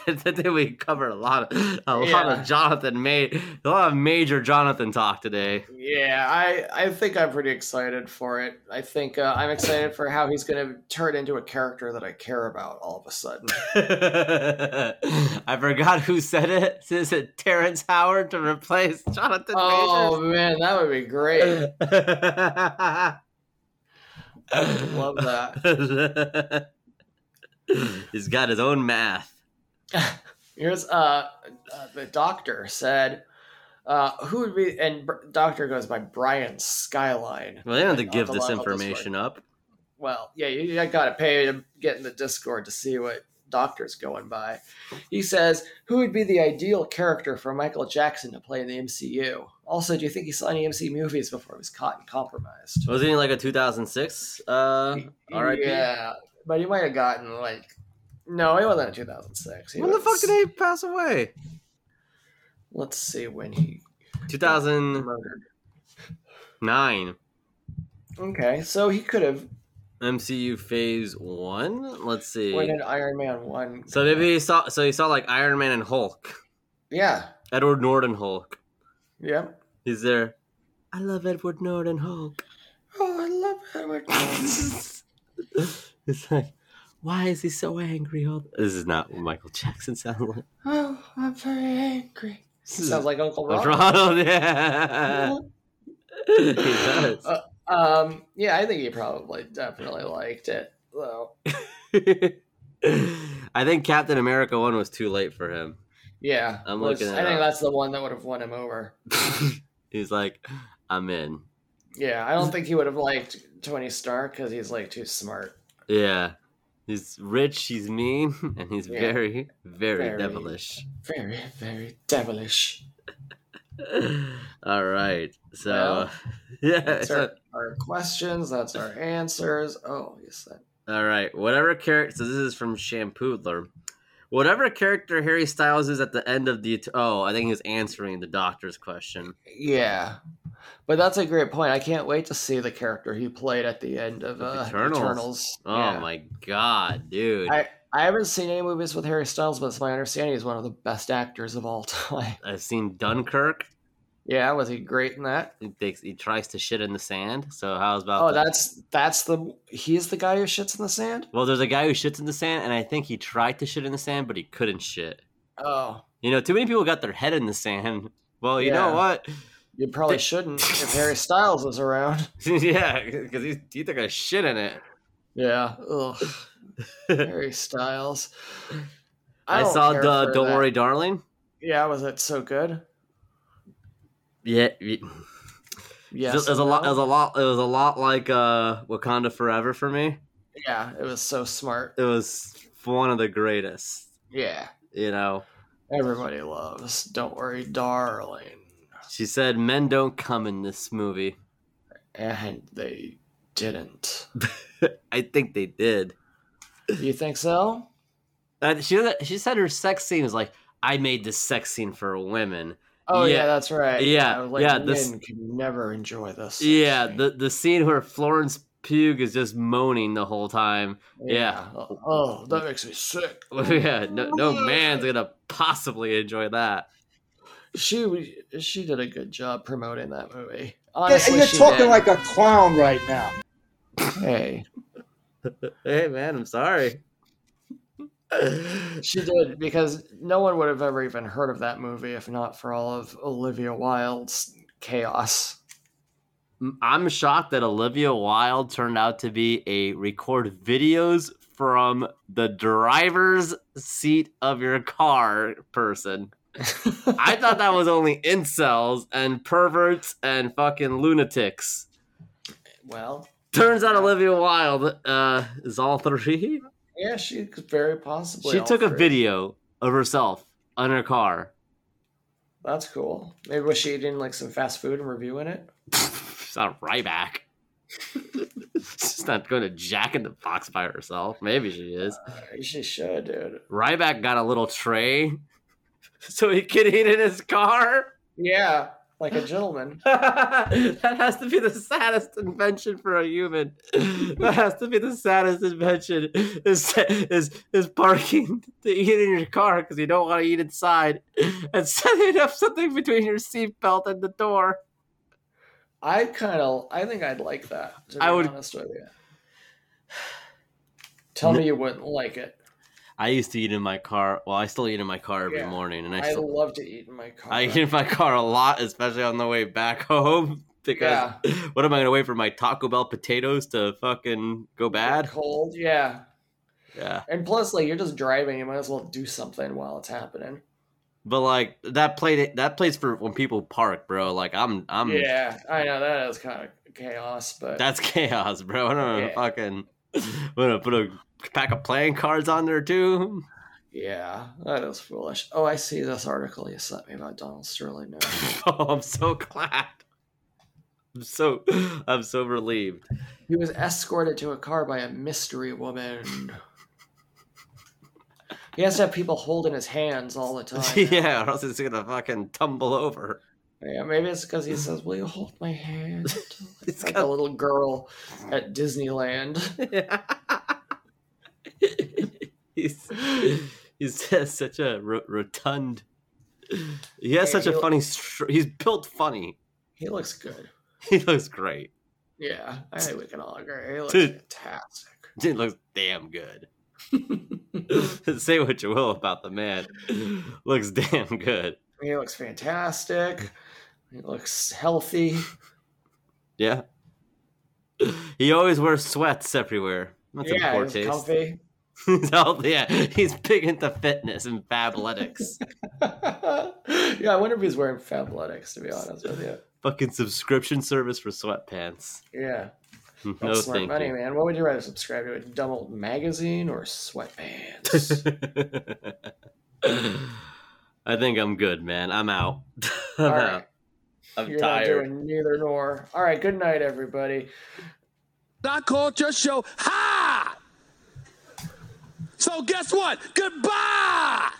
Speaker 3: Today we covered a lot of a lot
Speaker 4: Yeah.
Speaker 3: of Jonathan made a lot of major Jonathan talk today.
Speaker 4: yeah, I I think I'm pretty excited for it. I think uh, I'm excited for how he's going to turn into a character that I care about all of a sudden.
Speaker 3: I forgot who said it. Is it Terrence Howard to replace Jonathan?
Speaker 4: oh man, that would be great.
Speaker 3: Majors?
Speaker 4: Love that.
Speaker 3: He's got his own math.
Speaker 4: Here's uh, uh the doctor said. Uh, who would be and Br- doctor goes by Brian Skyline.
Speaker 3: Well, they don't have to
Speaker 4: I'll
Speaker 3: give
Speaker 4: have to
Speaker 3: this
Speaker 4: look up this
Speaker 3: information up.
Speaker 4: Well, yeah, you, you gotta pay to get in the Discord to see what doctors going by. He says, Who would be the ideal character for Michael Jackson to play in the MCU? Also, do you think he saw any MCU movies before he was caught and compromised?
Speaker 3: Was he in like a 2006? Uh, RIP.
Speaker 4: Yeah, but he might have gotten like. No, he wasn't in 2006. He
Speaker 3: When the fuck
Speaker 4: was-
Speaker 3: did he pass away?
Speaker 4: Let's see when he
Speaker 3: 2009.
Speaker 4: murdered. Okay, so he could have
Speaker 3: MCU Phase One. Let's see.
Speaker 4: went in Iron Man 1.
Speaker 3: So maybe he saw. So he saw like Iron Man and Hulk.
Speaker 4: Yeah,
Speaker 3: Edward Norton Hulk.
Speaker 4: yeah.
Speaker 3: He's there. I love Edward Norton Hulk.
Speaker 4: Oh, I love Edward Norton.
Speaker 3: It's like, why is he so angry? All this is not what Michael Jackson sounds like.
Speaker 4: oh, I'm very angry.
Speaker 3: Hmm.
Speaker 4: Sounds like Uncle Ron.
Speaker 3: Ronald, yeah. he does.
Speaker 4: Uh, Um, yeah, I think he probably definitely liked it. Though,
Speaker 3: I think Captain America one was too late for him.
Speaker 4: yeah,
Speaker 3: I'm
Speaker 4: was-
Speaker 3: looking it
Speaker 4: I think
Speaker 3: up.
Speaker 4: that's the one that would have won him over.
Speaker 3: He's like, I'm in.
Speaker 4: Yeah, I don't think he would have liked Tony Stark because he's like too smart.
Speaker 3: Yeah. He's rich, he's mean, and he's
Speaker 4: Yeah.
Speaker 3: very, very,
Speaker 4: Very.
Speaker 3: devilish.
Speaker 4: Very, very devilish.
Speaker 3: All right. So,
Speaker 4: Well,
Speaker 3: yeah.
Speaker 4: That's
Speaker 3: so-
Speaker 4: our, our questions. That's our answers. Oh, yes, that
Speaker 3: All right. Whatever character. So this is from Shampoodler. Whatever character Harry Styles is at the end of the. Oh, I think he was answering the doctor's question.
Speaker 4: Yeah. But that's a great point. I can't wait to see the character he played at the end of uh,
Speaker 3: Eternals.
Speaker 4: Eternals.
Speaker 3: Oh
Speaker 4: Yeah.
Speaker 3: my god, dude! I,
Speaker 4: I, I haven't seen any movies with Harry Styles, but it's my understanding he's one of the best actors of all time.
Speaker 3: have seen Dunkirk.
Speaker 4: Yeah, was he great in that?
Speaker 3: He takes. He tries to shit in the sand. So how's about?
Speaker 4: Oh,
Speaker 3: that?
Speaker 4: that's that's the he's the guy who shits in the sand.
Speaker 3: Well, there's a guy who shits in the sand, and I think he tried to shit in the sand, but he couldn't shit.
Speaker 4: Oh,
Speaker 3: You know, too many people got their head in the sand. Well, you know
Speaker 4: Yeah.
Speaker 3: what?
Speaker 4: you probably shouldn't if Harry Styles was around.
Speaker 3: yeah, because he's either gonna shit in it.
Speaker 4: Yeah, Ugh. Harry Styles.
Speaker 3: I,
Speaker 4: don't
Speaker 3: saw
Speaker 4: care
Speaker 3: the
Speaker 4: for
Speaker 3: "Don't
Speaker 4: that.
Speaker 3: Worry, Darling."
Speaker 4: Yeah, was it so good?
Speaker 3: Yeah, y-
Speaker 4: Yeah,
Speaker 3: it was a lot. It was a lot. It was a lot like uh, Wakanda Forever for me.
Speaker 4: yeah, it was so smart.
Speaker 3: It was one of the greatest.
Speaker 4: Yeah.
Speaker 3: You know,
Speaker 4: Everybody loves. Don't worry, darling.
Speaker 3: she said men don't come in this movie.
Speaker 4: And they didn't.
Speaker 3: I think they did.
Speaker 4: You think so?
Speaker 3: Uh, she she said her sex scene was like I made this sex scene for women.
Speaker 4: Oh yeah,
Speaker 3: Yeah.
Speaker 4: that's right.
Speaker 3: Yeah,
Speaker 4: I was like,
Speaker 3: yeah,
Speaker 4: Men
Speaker 3: this-
Speaker 4: can never enjoy this.
Speaker 3: Yeah,
Speaker 4: scene.
Speaker 3: the the scene where Florence Pugh is just moaning the whole time. yeah.
Speaker 4: Oh, oh, that makes me sick.
Speaker 3: yeah, no, no man's gonna possibly enjoy that.
Speaker 4: She was- she did a good job promoting that movie.
Speaker 10: And
Speaker 4: Honestly,
Speaker 10: you're
Speaker 4: she
Speaker 10: talking
Speaker 4: did.
Speaker 10: like a clown right now.
Speaker 4: hey,
Speaker 3: Hey man, I'm sorry.
Speaker 4: she did because no one would have ever even heard of that movie if not for all of Olivia Wilde's chaos.
Speaker 3: I'm shocked that Olivia Wilde turned out to be a record videos from the driver's seat of your car person. I thought that was only incels and perverts and fucking lunatics.
Speaker 4: Well,
Speaker 3: Turns out Olivia Wilde uh, is all three.
Speaker 4: yeah, she could very possibly.
Speaker 3: She
Speaker 4: all
Speaker 3: took a
Speaker 4: three.
Speaker 3: video of herself on her car.
Speaker 4: That's cool. Maybe was she eating like some fast food and reviewing it?
Speaker 3: She's not right back. She's not going to Jack in the Box by herself. Maybe she is.
Speaker 4: She should, dude.
Speaker 3: Ryback got a little tray so he could eat in his car.
Speaker 4: Yeah, like a gentleman.
Speaker 3: that has to be the saddest invention for a human. That has to be the saddest invention is is is parking to eat in your car because you don't want to eat inside and setting up something between your seatbelt and the door.
Speaker 4: I kind of, I think I'd like that. To be
Speaker 3: I would-
Speaker 4: honest with you. Tell me you wouldn't like it.
Speaker 3: I used to eat in my car. Well, I still eat in my car every
Speaker 4: Yeah.
Speaker 3: morning, and I
Speaker 4: I
Speaker 3: still
Speaker 4: love to eat in my car.
Speaker 3: I eat in my car a lot, especially on the way back home. Because what am I gonna wait for my Taco Bell potatoes to fucking go bad?
Speaker 4: cold, yeah.
Speaker 3: Yeah.
Speaker 4: And plus, like you're just driving, you might as well do something while it's happening.
Speaker 3: But like that plate, that place for when people park, bro. Like I'm, I'm.
Speaker 4: yeah, I know that is kind of chaos, but
Speaker 3: That's chaos, bro. I'm gonna
Speaker 4: Yeah.
Speaker 3: fucking, I'm gonna put a pack of playing cards on there too.
Speaker 4: Yeah, that is foolish. Oh, I see this article you sent me about Donald Sterling now.
Speaker 3: Oh, I'm so glad. I'm so I'm so relieved.
Speaker 4: He was escorted to a car by a mystery woman. he has to have people holding his hands all the time.
Speaker 3: yeah, or else it's gonna fucking tumble over.
Speaker 4: Yeah, maybe it's because he says, "Will you hold my hand?"
Speaker 3: It's
Speaker 4: It's like
Speaker 3: got-
Speaker 4: a little girl at Disneyland.
Speaker 3: he's he's just such a ro- rotund. He has
Speaker 4: Yeah,
Speaker 3: such a
Speaker 4: he'll-
Speaker 3: funny. str- He's built funny.
Speaker 4: he looks good.
Speaker 3: He looks great.
Speaker 4: Yeah, I think we can all agree. He looks
Speaker 3: Dude.
Speaker 4: fantastic.
Speaker 3: He looks damn good. Say what you will about the man, looks damn good.
Speaker 4: He looks fantastic. He looks healthy.
Speaker 3: Yeah. He always wears sweats everywhere. That's a
Speaker 4: yeah,
Speaker 3: poor
Speaker 4: he's
Speaker 3: taste.
Speaker 4: comfy.
Speaker 3: He's healthy, yeah, he's big into fitness and fabletics.
Speaker 4: yeah, I wonder if he's wearing Fabletics, to be honest with you.
Speaker 3: Fucking subscription service for sweatpants.
Speaker 4: Yeah.
Speaker 3: No
Speaker 4: That's smart
Speaker 3: thank
Speaker 4: money,
Speaker 3: you.
Speaker 4: man. What would you rather subscribe to? A dumb old magazine or sweatpants?
Speaker 3: I think I'm good, man. I'm out. I'm
Speaker 4: All
Speaker 3: out.
Speaker 4: right.
Speaker 3: I'm
Speaker 4: You're
Speaker 3: tired.
Speaker 4: not doing neither nor. All right, good night, everybody.
Speaker 1: I called your show Ha! So guess what? Goodbye!